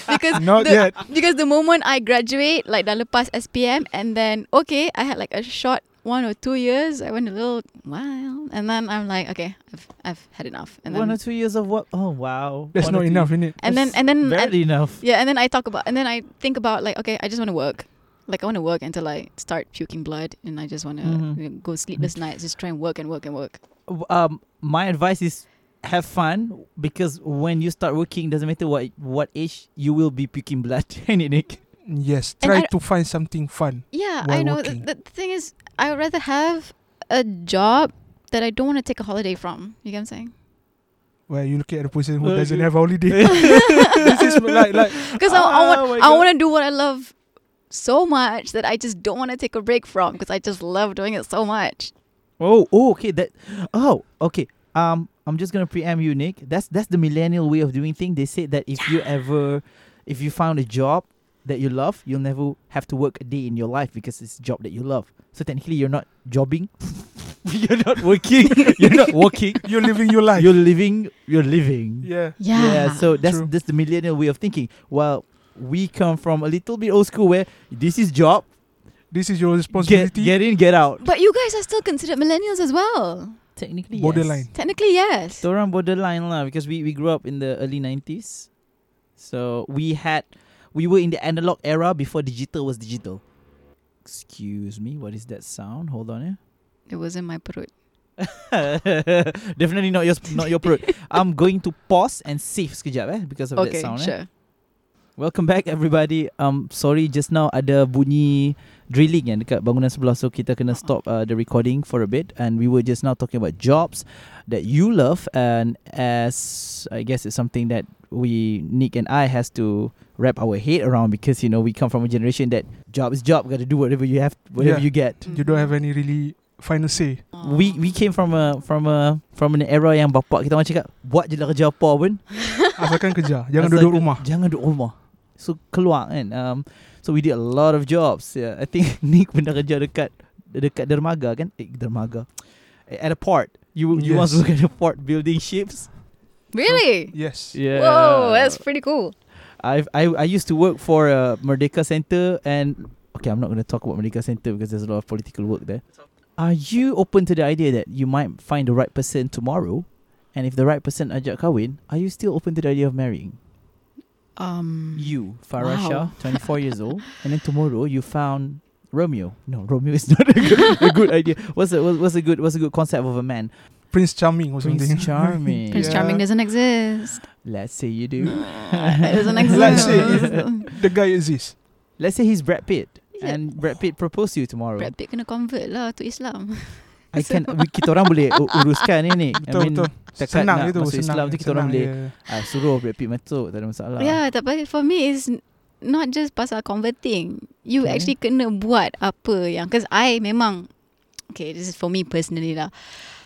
Speaker 3: Because
Speaker 2: not
Speaker 3: the,
Speaker 2: yet.
Speaker 3: because the moment I graduate, like dah lepas SPM, and then okay, I had like a short one or two years. I went a little wild, and then I'm like, okay, I've I've had enough. And
Speaker 1: One or
Speaker 3: then
Speaker 1: two years of what? Oh, wow.
Speaker 2: That's
Speaker 1: One or
Speaker 2: not
Speaker 1: two-
Speaker 2: enough, innit?
Speaker 3: and then
Speaker 1: that's
Speaker 3: and then I-
Speaker 1: Barely enough.
Speaker 3: yeah, and then I talk about and then I think about like okay, I just want to work. Like I want to work until I start puking blood, and I just want to
Speaker 1: Mhm.
Speaker 3: go sleepless nights, just try and work and work and work.
Speaker 1: w- um, my advice is have fun because when you start working, doesn't matter what what age, you will be puking blood. Ain't it, Nick?
Speaker 2: Yes,
Speaker 3: And
Speaker 2: try
Speaker 3: I-
Speaker 2: to find something fun.
Speaker 3: Yeah,
Speaker 2: While
Speaker 3: I know.
Speaker 2: working.
Speaker 3: The, the thing is, I would rather have a job that I don't want to take a holiday from. You get what I'm saying?
Speaker 2: Where you look at a person who
Speaker 1: Uh,
Speaker 2: doesn't
Speaker 1: you-
Speaker 2: have holiday. this is like like
Speaker 3: because I, I
Speaker 1: Oh my
Speaker 3: want I
Speaker 1: God.
Speaker 3: want to do what I love so much that I just don't want to take a break from because I just love doing it so much.
Speaker 1: Oh, oh, okay. That. Oh, okay. Um, I'm just gonna preempt you, Nick. That's that's the millennial way of doing things. They say that if you ever, if you found a job that you love, you'll never have to work a day in your life because it's a job that you love. So technically, you're not jobbing. you're not working. you're not working.
Speaker 2: you're living your life.
Speaker 1: You're living. You're living.
Speaker 2: yeah.
Speaker 3: Yeah.
Speaker 1: so that's
Speaker 2: True.
Speaker 1: that's the millennial way of thinking. Well, we come from a little bit old school where this is job,
Speaker 2: This is your
Speaker 1: get
Speaker 2: responsibility.
Speaker 1: get in, get out.
Speaker 3: but you guys are still considered millennials as well.
Speaker 1: Technically,
Speaker 2: Borderline.
Speaker 3: Technically, yes.
Speaker 1: So around borderline lah, because we we grew up in the early nineties, so we had we were in the analog era before digital was digital. Excuse me, what is that sound? Hold on, yeah.
Speaker 3: It was in my throat.
Speaker 1: Definitely not your not your pro. I'm going to pause and save sekejap eh because of
Speaker 3: Okay,
Speaker 1: that sound. eh.
Speaker 3: sure.
Speaker 1: Welcome back everybody. Um sorry just now ada bunyi drilling kan dekat bangunan sebelah so kita kena stop uh, the recording for a bit and we were just now talking about jobs that you love and as I guess it's something that we Nick and I has to wrap our head around because you know we come from a generation that job is job got to do whatever you have whatever
Speaker 2: Yeah.
Speaker 1: you get.
Speaker 3: Mm.
Speaker 2: You don't have any really final say.
Speaker 3: Mm-hmm.
Speaker 1: We we came from a from a from an era yang bapak kita orang cakap buat je lah kerja apa pun
Speaker 2: Asalkan kerja, jangan
Speaker 1: Asalkan-
Speaker 2: duduk rumah.
Speaker 1: Jangan duduk rumah So keluar kan um, So we did a lot of jobs yeah. I think Nick pernah kerja dekat Dekat dermaga kan Eh dermaga Eh, At a port You you
Speaker 2: Yes.
Speaker 1: want to look at the port building ships
Speaker 3: really?
Speaker 2: Yes.
Speaker 1: Yeah
Speaker 3: Whoa, that's pretty cool.
Speaker 1: I've, I I used to work for uh, Merdeka Center and okay, I'm not going to talk about Merdeka Center because there's a lot of political work there. Are you open to the idea that you might find the right person tomorrow? And if the right person ajak kahwin, are you still open to the idea of marrying?
Speaker 3: Um,
Speaker 1: You, Farah
Speaker 3: Wow.
Speaker 1: Shah, 24 years old, and then tomorrow you found Romeo. No, Romeo is not a good, a good idea. What's a, what's a good what's a good concept of a man?
Speaker 2: Prince Charming or something.
Speaker 1: Prince Charming.
Speaker 3: Prince Charming
Speaker 2: Yeah.
Speaker 3: doesn't exist.
Speaker 1: Let's say you do.
Speaker 3: it doesn't exist.
Speaker 2: Let's the guy exists.
Speaker 1: Let's say he's Brad Pitt.
Speaker 3: Is it?
Speaker 1: And Brad Pitt propose to you tomorrow.
Speaker 3: Brad Pitt kena convert lah to Islam.
Speaker 1: I can we, kita orang boleh u- uruskan ni ni. I
Speaker 2: Betul
Speaker 1: mean
Speaker 2: betul.
Speaker 1: dekat
Speaker 2: Senang
Speaker 1: nak
Speaker 2: je tu.
Speaker 1: masuk
Speaker 2: senang,
Speaker 1: Islam tu kita orang
Speaker 2: senang
Speaker 1: boleh
Speaker 2: je.
Speaker 1: ah, suruh Brad Pitt masuk tak ada masalah.
Speaker 3: Yeah, tapi Ya, for me is not just pasal converting. You
Speaker 1: Okay.
Speaker 3: actually kena buat apa yang cause I memang okay, this is for me personally lah.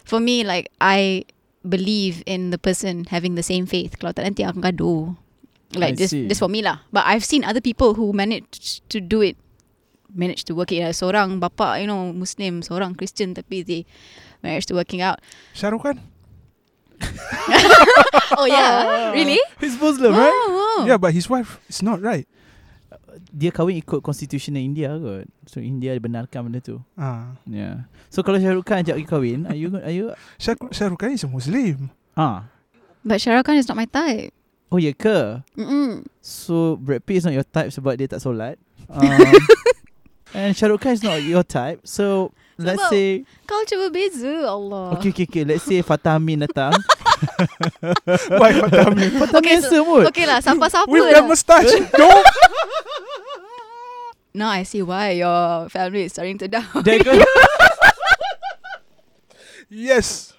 Speaker 3: For me like I believe in the person having the same faith. Kalau tak nanti akan gaduh.
Speaker 1: I
Speaker 3: Like this
Speaker 1: see.
Speaker 3: this for me lah. But I've seen other people who managed to do it managed to work it out. Seorang bapa, you know, Muslim, seorang Christian tapi they managed to working out.
Speaker 2: Shah Rukh Khan?
Speaker 3: Oh yeah, really?
Speaker 1: He's Muslim,
Speaker 3: Wow,
Speaker 1: right?
Speaker 3: wow.
Speaker 2: Yeah, but his wife is not right.
Speaker 1: Dia kahwin ikut constitution India kot. So India benarkan benda tu.
Speaker 2: Ah.
Speaker 1: Yeah. So kalau Shah Rukh Khan ajak you kahwin, are you are you
Speaker 2: Shah, Shah Rukh Khan is a Muslim.
Speaker 1: ah.
Speaker 3: But Shah Rukh Khan is not my type.
Speaker 1: Oh ya ke?
Speaker 3: Mm-mm.
Speaker 1: So Brad Pitt is not your type sebab dia tak solat. Um, and Shah Rukh Khan is not your type. So let's
Speaker 3: Sebab-
Speaker 1: say
Speaker 3: Culture berbeza Allah.
Speaker 1: okay okay okay let's say Fatah Amin datang.
Speaker 2: Why Fatah Amin?
Speaker 1: Fatah Amin
Speaker 3: Okay, so-
Speaker 1: handsome pun.
Speaker 3: Okay lah, siapa-siapa
Speaker 2: With the
Speaker 3: lah.
Speaker 2: moustache. No.
Speaker 3: Now I see why your family is starting to down.
Speaker 1: There you go.
Speaker 2: Yes.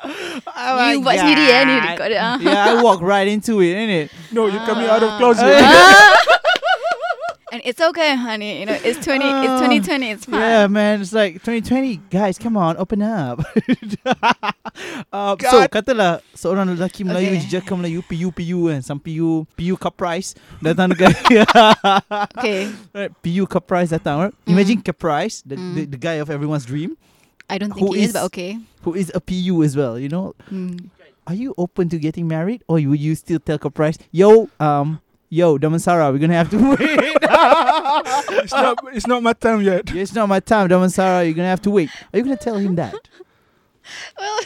Speaker 1: Oh my
Speaker 3: you buat sendiri eh ni
Speaker 1: God.
Speaker 3: record dia. ah.
Speaker 1: Yeah, I walk right into it, innit?
Speaker 2: No, you're coming out of
Speaker 3: Ah.
Speaker 2: closet.
Speaker 3: Ah. And it's okay, honey. You know, it's 20, it's
Speaker 2: Ah.
Speaker 3: 2020, it's fine.
Speaker 1: Yeah, man, it's like 2020. Guys, come on, open up. uh, so,
Speaker 2: God.
Speaker 1: katalah seorang lelaki Melayu
Speaker 3: Okay.
Speaker 1: okay. jejaka Melayu, PU, PU kan. Some PU, PU Caprice datang dekat.
Speaker 3: Okay,
Speaker 1: right, PU Caprice datang. Right?
Speaker 3: Mm.
Speaker 1: Imagine Caprice, the,
Speaker 3: Mm.
Speaker 1: the, the guy of everyone's dream,
Speaker 3: I don't think
Speaker 1: Who
Speaker 3: he
Speaker 1: is-
Speaker 3: is, but okay.
Speaker 1: who is a PU as well, you know.
Speaker 3: Hmm.
Speaker 1: Are you open to getting married? Or would you still tell Caprice, yo, um, yo, Damansara, we're going to have to wait.
Speaker 2: it's not. It's not my time yet.
Speaker 1: Yeah, it's not my time, Damansara. You're gonna have to wait. Are you gonna tell him that?
Speaker 3: Well,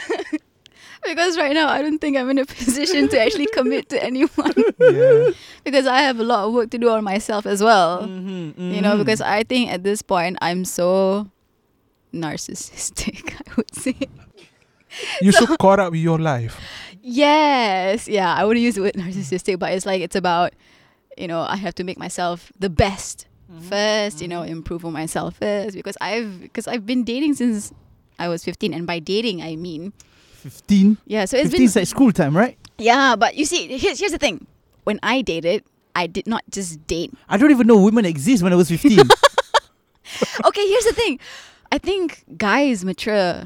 Speaker 3: because right now I don't think I'm in a position to actually commit to anyone
Speaker 2: Yeah.
Speaker 3: because I have a lot of work to do on myself as well.
Speaker 2: Mm-hmm,
Speaker 3: you
Speaker 2: Mm.
Speaker 3: know because i think at this point i'm so narcissistic i would say
Speaker 2: You so caught up with your life.
Speaker 3: yes yeah i wouldn't use the word narcissistic but it's like it's about you know i have to make myself the best first you know improve on myself first because i've because i've been dating since i was 15 and by dating i mean
Speaker 1: fifteen.
Speaker 3: yeah so it's
Speaker 1: Fifteen
Speaker 3: been
Speaker 1: is like school time, right?
Speaker 3: yeah but you see here's, here's the thing when i dated i did not just date
Speaker 1: I don't even know women exist when I was fifteen.
Speaker 3: okay, here's the thing. I think guys mature.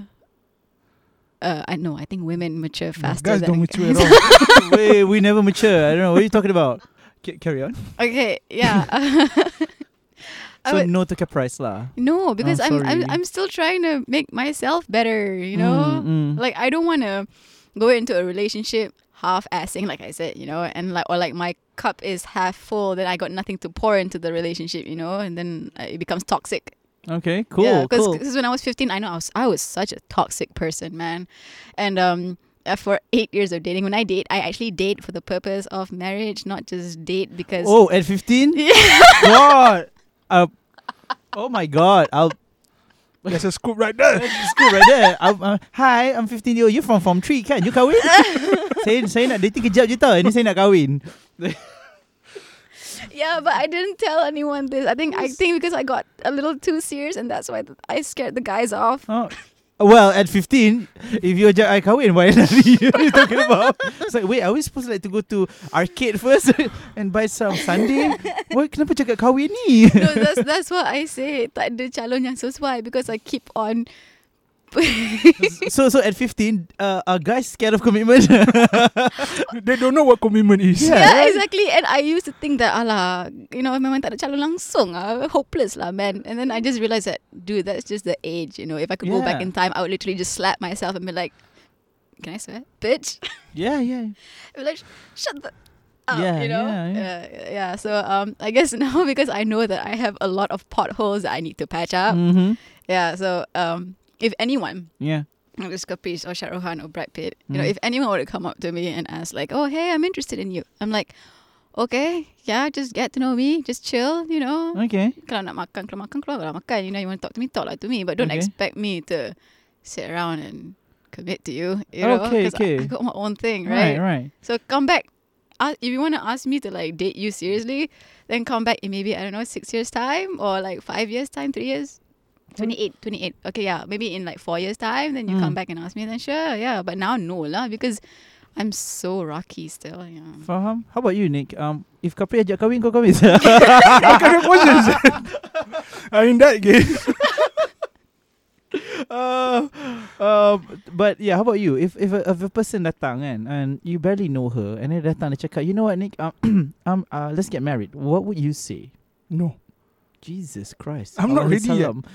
Speaker 3: Uh, I know. I think women mature faster.
Speaker 2: guys
Speaker 3: than
Speaker 2: don't mature at
Speaker 3: guys.
Speaker 2: all.
Speaker 1: Wait, we never mature. I don't know. What are you talking about? Ca- carry on.
Speaker 3: okay, yeah. I
Speaker 1: So
Speaker 3: would-
Speaker 1: no to Caprice lah.
Speaker 3: no, because I'm, I'm
Speaker 1: sorry.
Speaker 3: I'm still trying to make myself better. You know,
Speaker 1: Mm, mm.
Speaker 3: like I don't want to go into a relationship half-assing, like I said. You know, and like or like my cup is half full, then I got nothing to pour into the relationship. You know, and then uh, it becomes toxic.
Speaker 1: Okay, cool,
Speaker 3: Because
Speaker 1: cool.
Speaker 3: when I was 15, I know I was I was such a toxic person, man. And um, uh, for eight years of dating, when I date, I actually date for the purpose of marriage, not just date because.
Speaker 1: Oh, at fifteen? God. Uh, oh my God. I'll
Speaker 2: There's a scoop right there.
Speaker 1: school right there. I'm, uh, hi, I'm 15 year old. You from Form 3 kan? You kahwin? saya, saya nak dating kejap je tau. Ini saya nak kahwin.
Speaker 3: Yeah, but I didn't tell anyone this. I think I think because I got a little too serious, and that's why th- I scared the guys off.
Speaker 1: Oh. Well, at 15, if you ajak I kahwin, why not you you talking about? It's like, wait, are we supposed like to go to arcade first and buy some sundae? Why, kenapa cakap kahwin ni?
Speaker 3: no, that's that's what I say. Tak ada calon yang sesuai because I keep on.
Speaker 1: so, so at 15, uh, are guys scared of commitment?
Speaker 2: They don't know what commitment is.
Speaker 1: Yeah.
Speaker 3: Yeah,
Speaker 1: right?
Speaker 3: exactly. And I used to think that, alah, you know, memang tak ada calon langsung ah, hopeless lah, man. And then I just realized that, dude, that's just the age, you know. If I could go back
Speaker 1: Yeah.
Speaker 3: in time, I would literally just slap myself and be like, can I swear? Bitch.
Speaker 1: yeah, yeah.
Speaker 3: I'd be like, shut the... Up,
Speaker 1: Yeah,
Speaker 3: Oh, you know,
Speaker 1: yeah, yeah.
Speaker 3: yeah, yeah. So, um, I guess now because I know that I have a lot of potholes that I need to patch up.
Speaker 1: Mm-hmm.
Speaker 3: Yeah. So, um, if anyone
Speaker 1: Yeah.
Speaker 3: not just Caprice or Shah Rukh Khan or Brad Pitt. You know,
Speaker 1: Mm.
Speaker 3: if anyone were to come up to me and ask like, "Oh, hey, I'm interested in you," I'm like, "Okay, yeah, just get to know me, just chill, you know.
Speaker 1: Okay.
Speaker 3: Kalau nak makan, kalau makan, kalau nak makan, you know, you want to talk to me, talk lah to me, but don't
Speaker 1: Okay.
Speaker 3: expect me to sit around and commit to you. You know,
Speaker 1: Okay,
Speaker 3: 'cause I-
Speaker 1: okay.
Speaker 3: I, got my own thing,
Speaker 1: right,
Speaker 3: right?
Speaker 1: right.
Speaker 3: So come back. Uh, if you want to ask me to like date you seriously, then come back in maybe I don't know six years time or like five years time, three years. 28, 28. Okay, yeah, maybe in like four years time, then you
Speaker 1: Mm.
Speaker 3: come back and ask me. Then sure, yeah, but now no lah because I'm so rocky still. Yeah.
Speaker 1: Faham? How about you, Nick? Um, if Capri ajak kahwin, kau kahwin.
Speaker 2: What kind of questions? I mean that case,
Speaker 1: uh, uh, but yeah, how about you? If if a, if a person datang kan and you barely know her and then datang dia cakap, you know what, Nick? Um, um, uh, let's get married. What would you say?
Speaker 2: no,
Speaker 1: Jesus Christ!
Speaker 2: I'm not ready yet.
Speaker 1: Alaihissalam.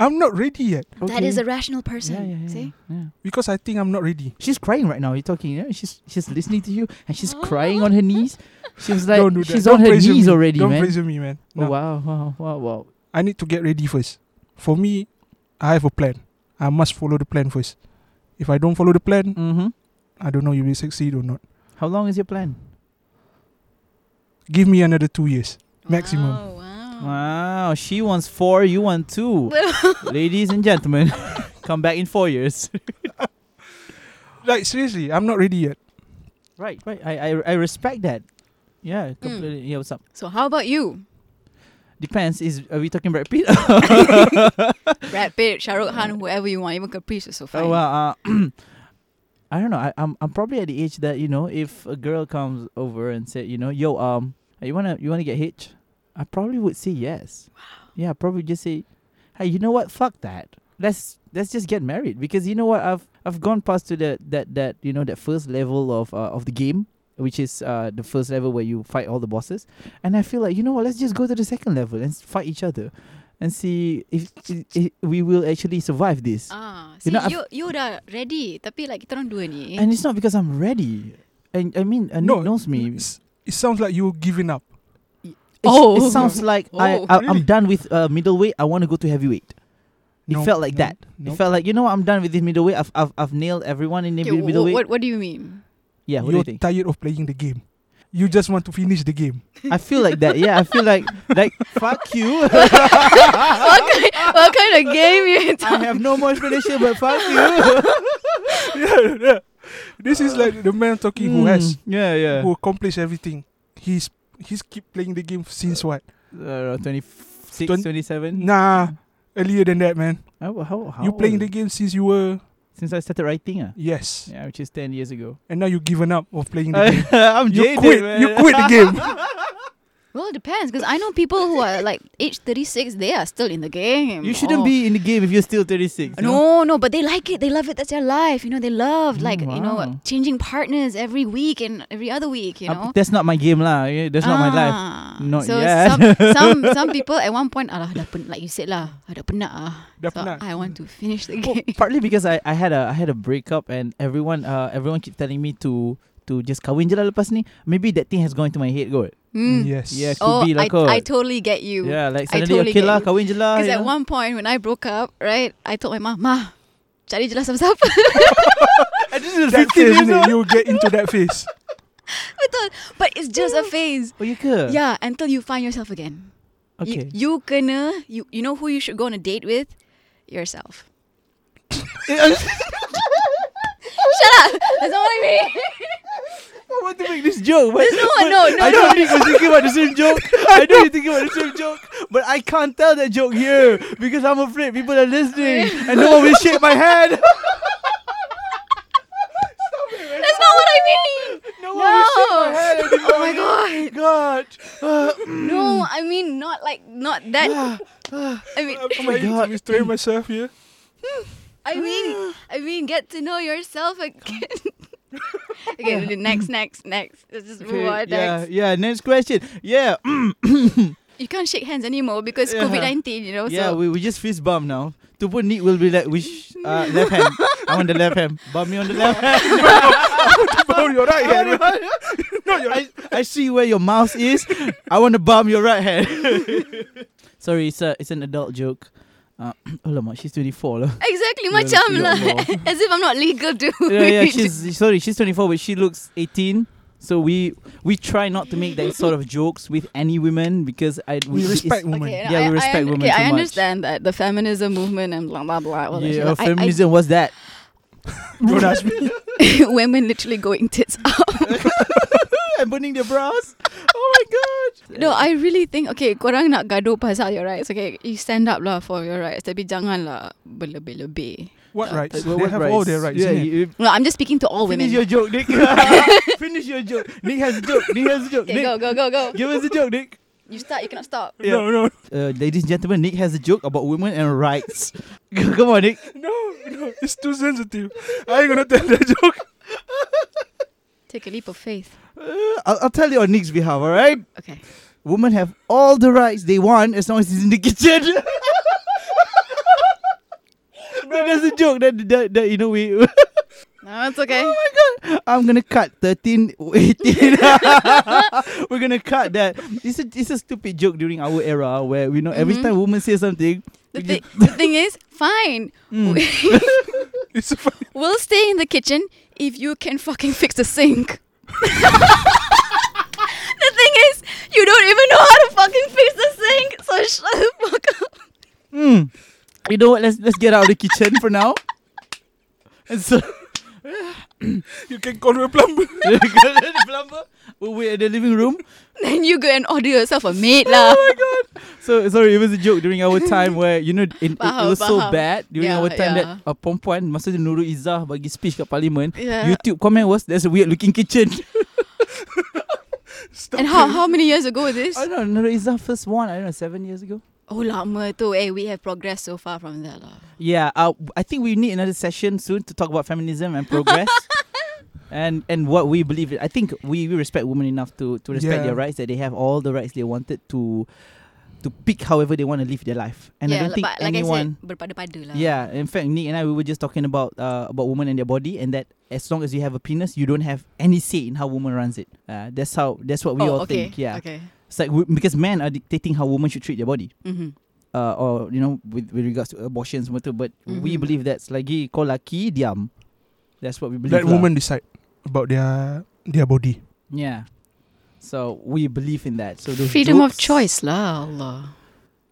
Speaker 2: I'm not ready yet
Speaker 3: That is a
Speaker 1: Okay.
Speaker 3: rational person.
Speaker 1: yeah, yeah, yeah,
Speaker 3: See?
Speaker 1: yeah.
Speaker 2: because I think I'm not ready.
Speaker 1: She's crying right now. You're talking. Yeah? She's she's listening to you and she's
Speaker 3: Ah.
Speaker 1: crying on her knees. She was like,
Speaker 2: Don't do that.
Speaker 1: she's
Speaker 2: Don't
Speaker 1: on her
Speaker 2: pressure
Speaker 1: knees
Speaker 2: me.
Speaker 1: already,
Speaker 2: Don't
Speaker 1: man.
Speaker 2: pressure me, man.
Speaker 1: Oh,
Speaker 2: No.
Speaker 1: wow, wow, wow, wow.
Speaker 2: I need to get ready first. For me, I have a plan. I must follow the plan first. If I don't follow the plan,
Speaker 1: Mm-hmm.
Speaker 2: I don't know you will succeed or not.
Speaker 1: How long is your plan?
Speaker 2: Give me another two years. Maximum.
Speaker 3: Wow, wow.
Speaker 1: Oh. Wow, she wants four, you want two. Ladies and gentlemen, come back in four years.
Speaker 2: Like seriously, I'm not ready yet.
Speaker 1: Right, right. I, I, I respect that. Yeah, completely. Yeah, what's up?
Speaker 3: So how about you?
Speaker 1: Depends. Is are we talking Brad Pitt?
Speaker 3: Brad Pitt, Shah Rukh Khan, whoever you want, even Caprice is so fine.
Speaker 1: Oh well, uh, I don't know. I, I'm I'm probably at the age that you know, if a girl comes over and said, you know, yo, um, you wanna you wanna get hitched, I probably would say yes. Wow. Yeah, I'd probably just say, hey, you know what? Fuck that. Let's let's just get married because you know what? I've I've gone past to the that that you know that first level of uh, of the game. Which is uh, the first level where you fight all the bosses, and I feel like you know what? Let's just go to the second level and s- fight each other, and see if, if, if we will actually survive this. You
Speaker 3: Ah, see, you,
Speaker 1: know, I've-
Speaker 3: you, dah ready. Tapi like kita orang dua ni.
Speaker 1: And it's not because I'm ready. And I mean, uh, Nick knows me. It's,
Speaker 2: it's- It sounds like you're giving up.
Speaker 3: Oh.
Speaker 1: it sounds like I,
Speaker 3: Oh,
Speaker 1: I
Speaker 2: really?
Speaker 1: I'm done with uh, middleweight. I want to go to heavyweight. It
Speaker 2: No,
Speaker 1: felt like
Speaker 2: no,
Speaker 1: that.
Speaker 2: no.
Speaker 1: It felt like you know what, I'm done with this middleweight. I've I've, I've nailed everyone in the
Speaker 3: Okay,
Speaker 1: mid-
Speaker 3: wh-
Speaker 1: middleweight.
Speaker 3: what, what do you mean?
Speaker 1: Yeah, what do you think?
Speaker 2: you're tired of playing the game. You just want to finish the game.
Speaker 1: I feel like that. Yeah, I feel like like fuck you.
Speaker 3: what, kind, what kind of game you
Speaker 1: I
Speaker 3: talking?
Speaker 1: have no more explanation, but fuck you.
Speaker 2: yeah, yeah. This is like the man talking who has
Speaker 1: Mm, yeah yeah.
Speaker 2: who accomplished everything. He's he's keep playing the game since what?
Speaker 1: Uh, 26,
Speaker 2: Twen-
Speaker 1: 27.
Speaker 2: Nah, earlier than that, man.
Speaker 1: How, how, how
Speaker 2: you playing
Speaker 1: old?
Speaker 2: the game since you were
Speaker 1: since I started writing? Uh?
Speaker 2: yes,
Speaker 1: Yeah, which is ten years ago.
Speaker 2: and now you given up of playing the game.
Speaker 1: I'm
Speaker 2: You
Speaker 1: jaded,
Speaker 2: quit.
Speaker 1: man.
Speaker 2: You quit the game.
Speaker 3: Well, it depends because I know people who are like age 36, they are still in the game.
Speaker 1: You shouldn't
Speaker 3: Oh.
Speaker 1: be in the game if you're still 36. you know?
Speaker 3: No, no, but they like it. They love it. That's their life. You know, they love
Speaker 1: Mm,
Speaker 3: like you know
Speaker 1: wow.
Speaker 3: changing partners every week and every other week. You
Speaker 1: Uh,
Speaker 3: know,
Speaker 1: that's not my game lah. eh, That's not my life.
Speaker 3: Ah,
Speaker 1: Not
Speaker 3: so
Speaker 1: yet.
Speaker 3: Some, some some people at one point, alah, dah pen, like you said lah, "Ah, dah penat ah.
Speaker 2: Dah
Speaker 3: so
Speaker 2: penat.
Speaker 3: I want to finish the
Speaker 1: Well,
Speaker 3: game.
Speaker 1: partly because I, I had a I had a breakup and everyone uh everyone keep telling me to to just kahwin je lah lepas ni. Maybe that thing has gone into my head kot.
Speaker 3: Mm.
Speaker 2: Yes.
Speaker 1: Yeah, could
Speaker 3: Oh,
Speaker 1: be lah
Speaker 3: I,
Speaker 1: kot.
Speaker 3: I totally get you.
Speaker 1: yeah, like
Speaker 3: I
Speaker 1: suddenly
Speaker 3: totally
Speaker 1: okay
Speaker 3: get
Speaker 1: lah
Speaker 3: you.
Speaker 1: kahwin je lah.
Speaker 3: Because
Speaker 1: you
Speaker 3: at
Speaker 1: know.
Speaker 3: one point when I broke up, right, I told my mom, Ma, cari jelas siapa-siapa.
Speaker 1: And this is
Speaker 2: That
Speaker 1: 15 Oh,
Speaker 2: phase,
Speaker 1: years
Speaker 2: innit?
Speaker 1: old.
Speaker 2: you get into that phase.
Speaker 3: Betul. But it's just a phase.
Speaker 1: Oh, you ke?
Speaker 3: Yeah, until you find yourself again.
Speaker 1: Okay.
Speaker 3: You, you gonna, you, you know who you should go on a date with? Yourself. Shut up. That's not what I mean.
Speaker 1: I want to make this joke, but,
Speaker 3: no,
Speaker 1: but
Speaker 3: no, no,
Speaker 1: I know
Speaker 3: no.
Speaker 1: Nick was thinking about the same joke. I know you're thinking about the same joke, but I can't tell that joke here because I'm afraid people are listening and no one will shake my hand.
Speaker 3: That's not what I mean.
Speaker 1: No one will shake my hand.
Speaker 3: No. Oh my god.
Speaker 1: God. Uh,
Speaker 3: No, I mean not like not that. I mean,
Speaker 2: I'm trying
Speaker 1: God.
Speaker 2: to restrain myself here.
Speaker 3: I mean, I mean, get to know yourself again. okay, next, next, next. Let's just move on.
Speaker 1: yeah,
Speaker 3: Next.
Speaker 1: yeah. Next question. Yeah,
Speaker 3: You can't shake hands anymore because
Speaker 1: Yeah.
Speaker 3: COVID nineteen. You know.
Speaker 1: yeah.
Speaker 3: so.
Speaker 1: We, we just fist bump now. To put Nick will be like, which uh, left hand? I want the left hand. Bump me on the left hand.
Speaker 2: Bro, you're right here. man. No, you're
Speaker 1: I, I see where your mouse is. I want to bump your right hand. Sorry, it's a, it's an adult joke. Uh, alamak, she's 24 lah.
Speaker 3: Exactly,
Speaker 1: Yeah,
Speaker 3: macam
Speaker 1: yeah,
Speaker 3: lah.
Speaker 1: yeah.
Speaker 3: As if I'm not legal to.
Speaker 1: yeah, yeah, she's sorry, she's 24, but she looks 18. So we we try not to make that sort of jokes with any women because I
Speaker 2: We
Speaker 1: it's-
Speaker 2: respect women.
Speaker 3: Okay,
Speaker 1: Yeah, we
Speaker 3: I,
Speaker 1: respect
Speaker 3: I,
Speaker 1: women
Speaker 3: Okay,
Speaker 1: too
Speaker 3: I
Speaker 1: much.
Speaker 3: understand that the feminism movement and blah blah blah. all that shit.
Speaker 1: yeah,
Speaker 3: Like, I- I-
Speaker 1: feminism. what's that?
Speaker 2: Don't ask me.
Speaker 3: women literally going tits up.
Speaker 1: and burning their bras. Oh my god.
Speaker 3: No, I really think okay, korang nak gaduh pasal your rights. Okay, you stand up lah for your rights. Tapi janganlah berlebih-lebih.
Speaker 2: What
Speaker 3: Yeah.
Speaker 2: rights?
Speaker 1: Well,
Speaker 2: they
Speaker 1: what
Speaker 2: have all their rights.
Speaker 1: Yeah,
Speaker 2: innit?
Speaker 1: you,
Speaker 3: No, I'm just speaking to all
Speaker 1: finish your
Speaker 3: Oh, women.
Speaker 1: joke, Nick. finish your joke. Nick has a joke. Nick has a joke.
Speaker 3: okay,
Speaker 1: Nick,
Speaker 3: go, go, go, go.
Speaker 1: give us a joke, Nick.
Speaker 3: You start, you cannot stop.
Speaker 1: Yeah.
Speaker 2: No, no,
Speaker 1: Uh, ladies and gentlemen, Nick has a joke about women and rights. Come on, Nick.
Speaker 2: no, no. It's too sensitive. I ain't gonna tell that joke.
Speaker 3: Take a leap of faith.
Speaker 1: Uh, I'll, I'll tell you on Nick's behalf. All right.
Speaker 3: Okay.
Speaker 1: Women have all the rights they want as long as it's in the kitchen. That- That's a joke. That, that, that you know we.
Speaker 3: No, it's okay.
Speaker 1: Oh I'm gonna cut 13, 18. We're gonna cut that. It's a, it's a stupid joke during our era where we know every
Speaker 3: Mhm.
Speaker 1: time women say something, mm,
Speaker 3: The,
Speaker 1: we
Speaker 3: thi- the thing is, fine.
Speaker 2: It's a funny.
Speaker 3: We'll stay in the kitchen if you can fucking fix the sink. the thing is, you don't even know how to fucking fix the sink. So shut the fuck up.
Speaker 1: Hmm. You know what? Let's let's get out of the kitchen for now. And so
Speaker 2: You can call me a plumber.
Speaker 1: the plumber will wait at the living room.
Speaker 3: Then you go and order yourself a maid lah.
Speaker 1: So sorry, it was a joke during our time where you know in, it, it
Speaker 3: Faham,
Speaker 1: was so
Speaker 3: faham.
Speaker 1: bad during
Speaker 3: Yeah,
Speaker 1: our time
Speaker 3: yeah.
Speaker 1: that a perempuan masa dia Nurul Izzah bagi speech kat parlimen,
Speaker 3: Yeah.
Speaker 1: YouTube comment was there's a weird looking kitchen.
Speaker 3: And how how many years ago is this?
Speaker 1: I don't know Nurul Izzah first one I don't know seven years ago.
Speaker 3: Oh lama tu. Eh, we have progressed so far from that lah.
Speaker 1: Yeah, uh, I think we need another session soon to talk about feminism and progress. And and what we believe in. I think we, we respect women enough to, to respect
Speaker 2: Yeah.
Speaker 1: their rights that they have all the rights they wanted to to pick however they want to live their life. And I
Speaker 3: yeah,
Speaker 1: don't think
Speaker 3: but like
Speaker 1: anyone
Speaker 3: I said, berpada-pada lah.
Speaker 1: Yeah, in fact Nick and I we were just talking about uh, about women and their body and that as long as you have a penis you don't have any say in how woman runs it. Uh, that's how that's what we
Speaker 3: oh,
Speaker 1: all
Speaker 3: okay.
Speaker 1: think. Yeah.
Speaker 3: Okay.
Speaker 1: It's like w- because men are dictating how women should treat their body
Speaker 3: Mm-hmm.
Speaker 1: uh, or you know with, with regards to abortion semua tu but mm-hmm. we
Speaker 3: Mhm.
Speaker 1: believe that's lagi kau laki diam that's what we believe
Speaker 2: Let
Speaker 1: lah.
Speaker 2: women decide about their their body.
Speaker 1: yeah so we believe in that so those
Speaker 3: Freedom of
Speaker 1: jokes-
Speaker 3: choice lah, Allah.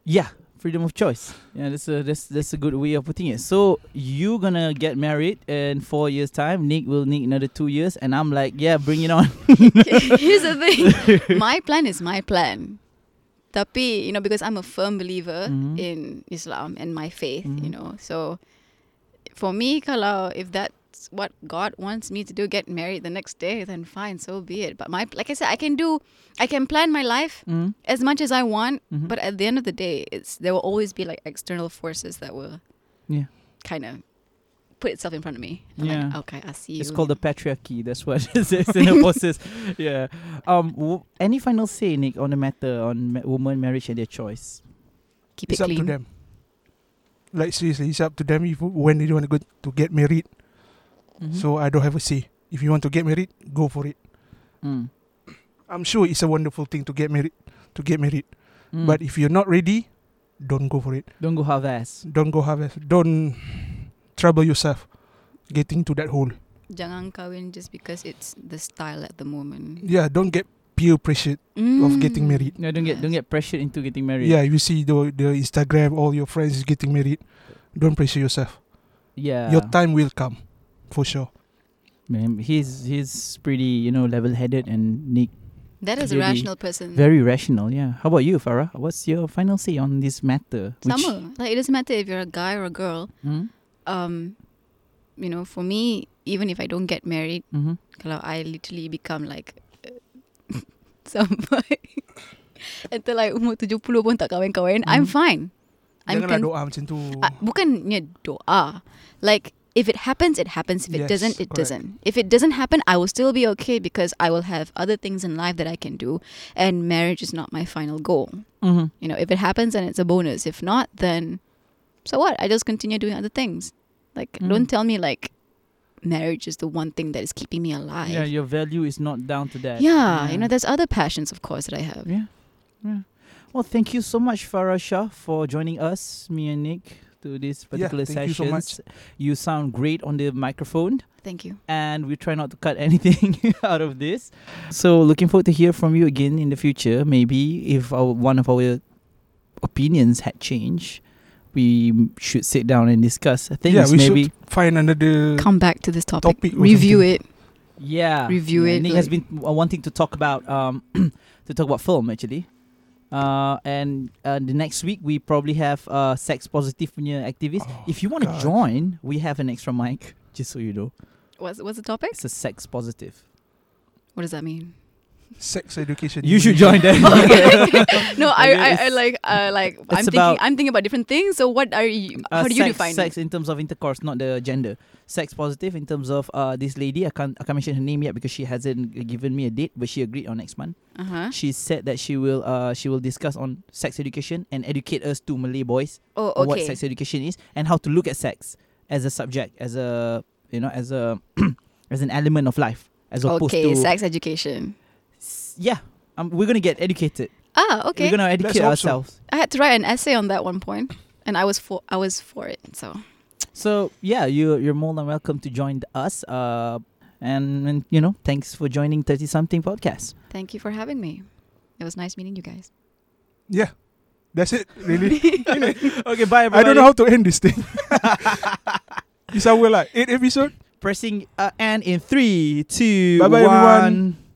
Speaker 1: yeah freedom of choice yeah that's a that's that's a good way of putting it so you gonna get married in four years time Nick will need another two years and I'm like yeah bring it on
Speaker 3: Here's the thing. my plan is my plan. Tapi, you know, because I'm a firm believer
Speaker 1: Mhm.
Speaker 3: in Islam and my faith,
Speaker 1: Mhm.
Speaker 3: you know. So for me, kalau if that's what God wants me to do, get married the next day, then fine, so be it. But my like I said, I can do I can plan my life
Speaker 1: mm.
Speaker 3: as much as I want,
Speaker 1: Mhm.
Speaker 3: but at the end of the day, it's there will always be like external forces that will
Speaker 1: Yeah.
Speaker 3: kind of put itself in front of me. I'm
Speaker 1: Yeah.
Speaker 3: Like, okay, I see you.
Speaker 1: it's called the patriarchy that's what it is in the process yeah um w- any final say Nick on the matter on ma- woman marriage and their choice
Speaker 3: keep it
Speaker 2: It's up
Speaker 3: clean.
Speaker 2: to them. Like seriously, it's up to them if, when they want to go to get married.
Speaker 3: Mm-hmm.
Speaker 2: So I don't have a say. If you want to get married, go for it.
Speaker 1: Mm.
Speaker 2: I'm sure it's a wonderful thing to get married. To get married,
Speaker 1: Mm.
Speaker 2: but if you're not ready, don't go for it.
Speaker 1: Don't go half ass.
Speaker 2: Don't go have. a- Don't trouble yourself getting to that hole.
Speaker 3: Jangan kahwin just because it's the style at the moment.
Speaker 2: Yeah, don't get peer pressured of getting
Speaker 3: Mm.
Speaker 2: married.
Speaker 1: No, don't get don't get pressured into getting married.
Speaker 2: Yeah, you see the the Instagram, all your friends is getting married. Don't pressure yourself.
Speaker 1: yeah.
Speaker 2: your time will come, for sure.
Speaker 1: Man, he's he's pretty you know level headed and Nick
Speaker 3: That is a
Speaker 1: Really.
Speaker 3: rational person.
Speaker 1: very rational. Yeah. How about you, Farah? What's your final say on this matter?
Speaker 3: Sama. Like it doesn't matter if you're a guy or a girl.
Speaker 1: Mm?
Speaker 3: Um, you know, for me, even if I don't get married,
Speaker 1: hmm
Speaker 3: kalau I literally become like uh, sampai until like umur 70 pun tak kahwin-kahwin, I'm
Speaker 1: Mhm.
Speaker 3: fine.
Speaker 2: Mm-hmm.
Speaker 3: I'm
Speaker 2: Janganlah
Speaker 3: con-
Speaker 2: doa ah, macam tu.
Speaker 3: uh, bukannya doa. Like if it happens, it happens. If it
Speaker 2: Yes,
Speaker 3: doesn't, it
Speaker 2: correct.
Speaker 3: doesn't. If it doesn't happen, I will still be okay because I will have other things in life that I can do, and marriage is not my final goal.
Speaker 1: hmm
Speaker 3: You know, if it happens, then it's a bonus. If not, then so what? I just continue doing other things. Like,
Speaker 1: Mm.
Speaker 3: don't tell me like marriage is the one thing that is keeping me alive.
Speaker 1: Yeah, your value is not down to that.
Speaker 3: Yeah, you know, there's other passions, of course, that I have.
Speaker 1: Yeah. Yeah. Well, thank you so much, Farah Shah, for joining us, me and Nick, to this
Speaker 2: Yeah,
Speaker 1: particular
Speaker 2: thank you so
Speaker 1: session. You sound great on the microphone.
Speaker 3: Thank you.
Speaker 1: and we try not to cut anything out of this. So looking forward to hear from you again in the future. Maybe if our, one of our opinions had changed, we should sit down and discuss. I think
Speaker 2: yeah,
Speaker 1: it's
Speaker 2: we
Speaker 1: maybe
Speaker 2: should find another.
Speaker 3: Come back to this topic.
Speaker 2: Topic or
Speaker 3: Review
Speaker 2: something.
Speaker 3: it.
Speaker 1: yeah
Speaker 3: Review
Speaker 1: yeah,
Speaker 3: it,
Speaker 1: Nick has
Speaker 3: like-
Speaker 1: been uh, wanting to talk about um to talk about film actually. Uh, and uh, the next week we probably have uh sex positive punya activists.
Speaker 2: Oh,
Speaker 1: if you want to
Speaker 2: God.
Speaker 1: join, we have an extra mic. Just so you know,
Speaker 3: What's what's the topic?
Speaker 1: it's a sex positive.
Speaker 3: What does that mean?
Speaker 2: sex education.
Speaker 1: You should join that.
Speaker 3: no, I, I, I
Speaker 1: It's-
Speaker 3: like uh, like I'm thinking
Speaker 1: about-
Speaker 3: I'm thinking about different things. So what are you?
Speaker 1: Uh,
Speaker 3: how do you
Speaker 1: sex,
Speaker 3: define
Speaker 1: sex in
Speaker 3: it?
Speaker 1: terms of intercourse, not the gender? Sex positive in terms of uh, this lady. I can't I can't mention her name yet because she hasn't given me a date, but she agreed on next month.
Speaker 3: Uh huh.
Speaker 1: She said that she will uh, she will discuss on sex education and educate us to Malay boys
Speaker 3: Oh,
Speaker 1: on what
Speaker 3: okay.
Speaker 1: sex education is and how to look at sex as a subject, as a you know, as a as an element of life, as opposed
Speaker 3: okay,
Speaker 1: to
Speaker 3: sex education.
Speaker 1: S- yeah. Um, we're gonna get educated.
Speaker 3: Ah, okay.
Speaker 1: We're gonna educate
Speaker 2: hope so.
Speaker 1: ourselves.
Speaker 3: I had to write an essay on that one point, and I was for I was for it. So
Speaker 1: So yeah, you you're more than welcome to join us. Uh, and, and you know, thanks for joining Thirty Something Podcast.
Speaker 3: thank you for having me. It was nice meeting you guys.
Speaker 2: Yeah, that's it. Really,
Speaker 1: okay, bye.
Speaker 2: I don't know how to end this thing. it's our like eight episode.
Speaker 1: pressing uh, and in three, two,
Speaker 2: Bye-bye, everyone.
Speaker 1: one.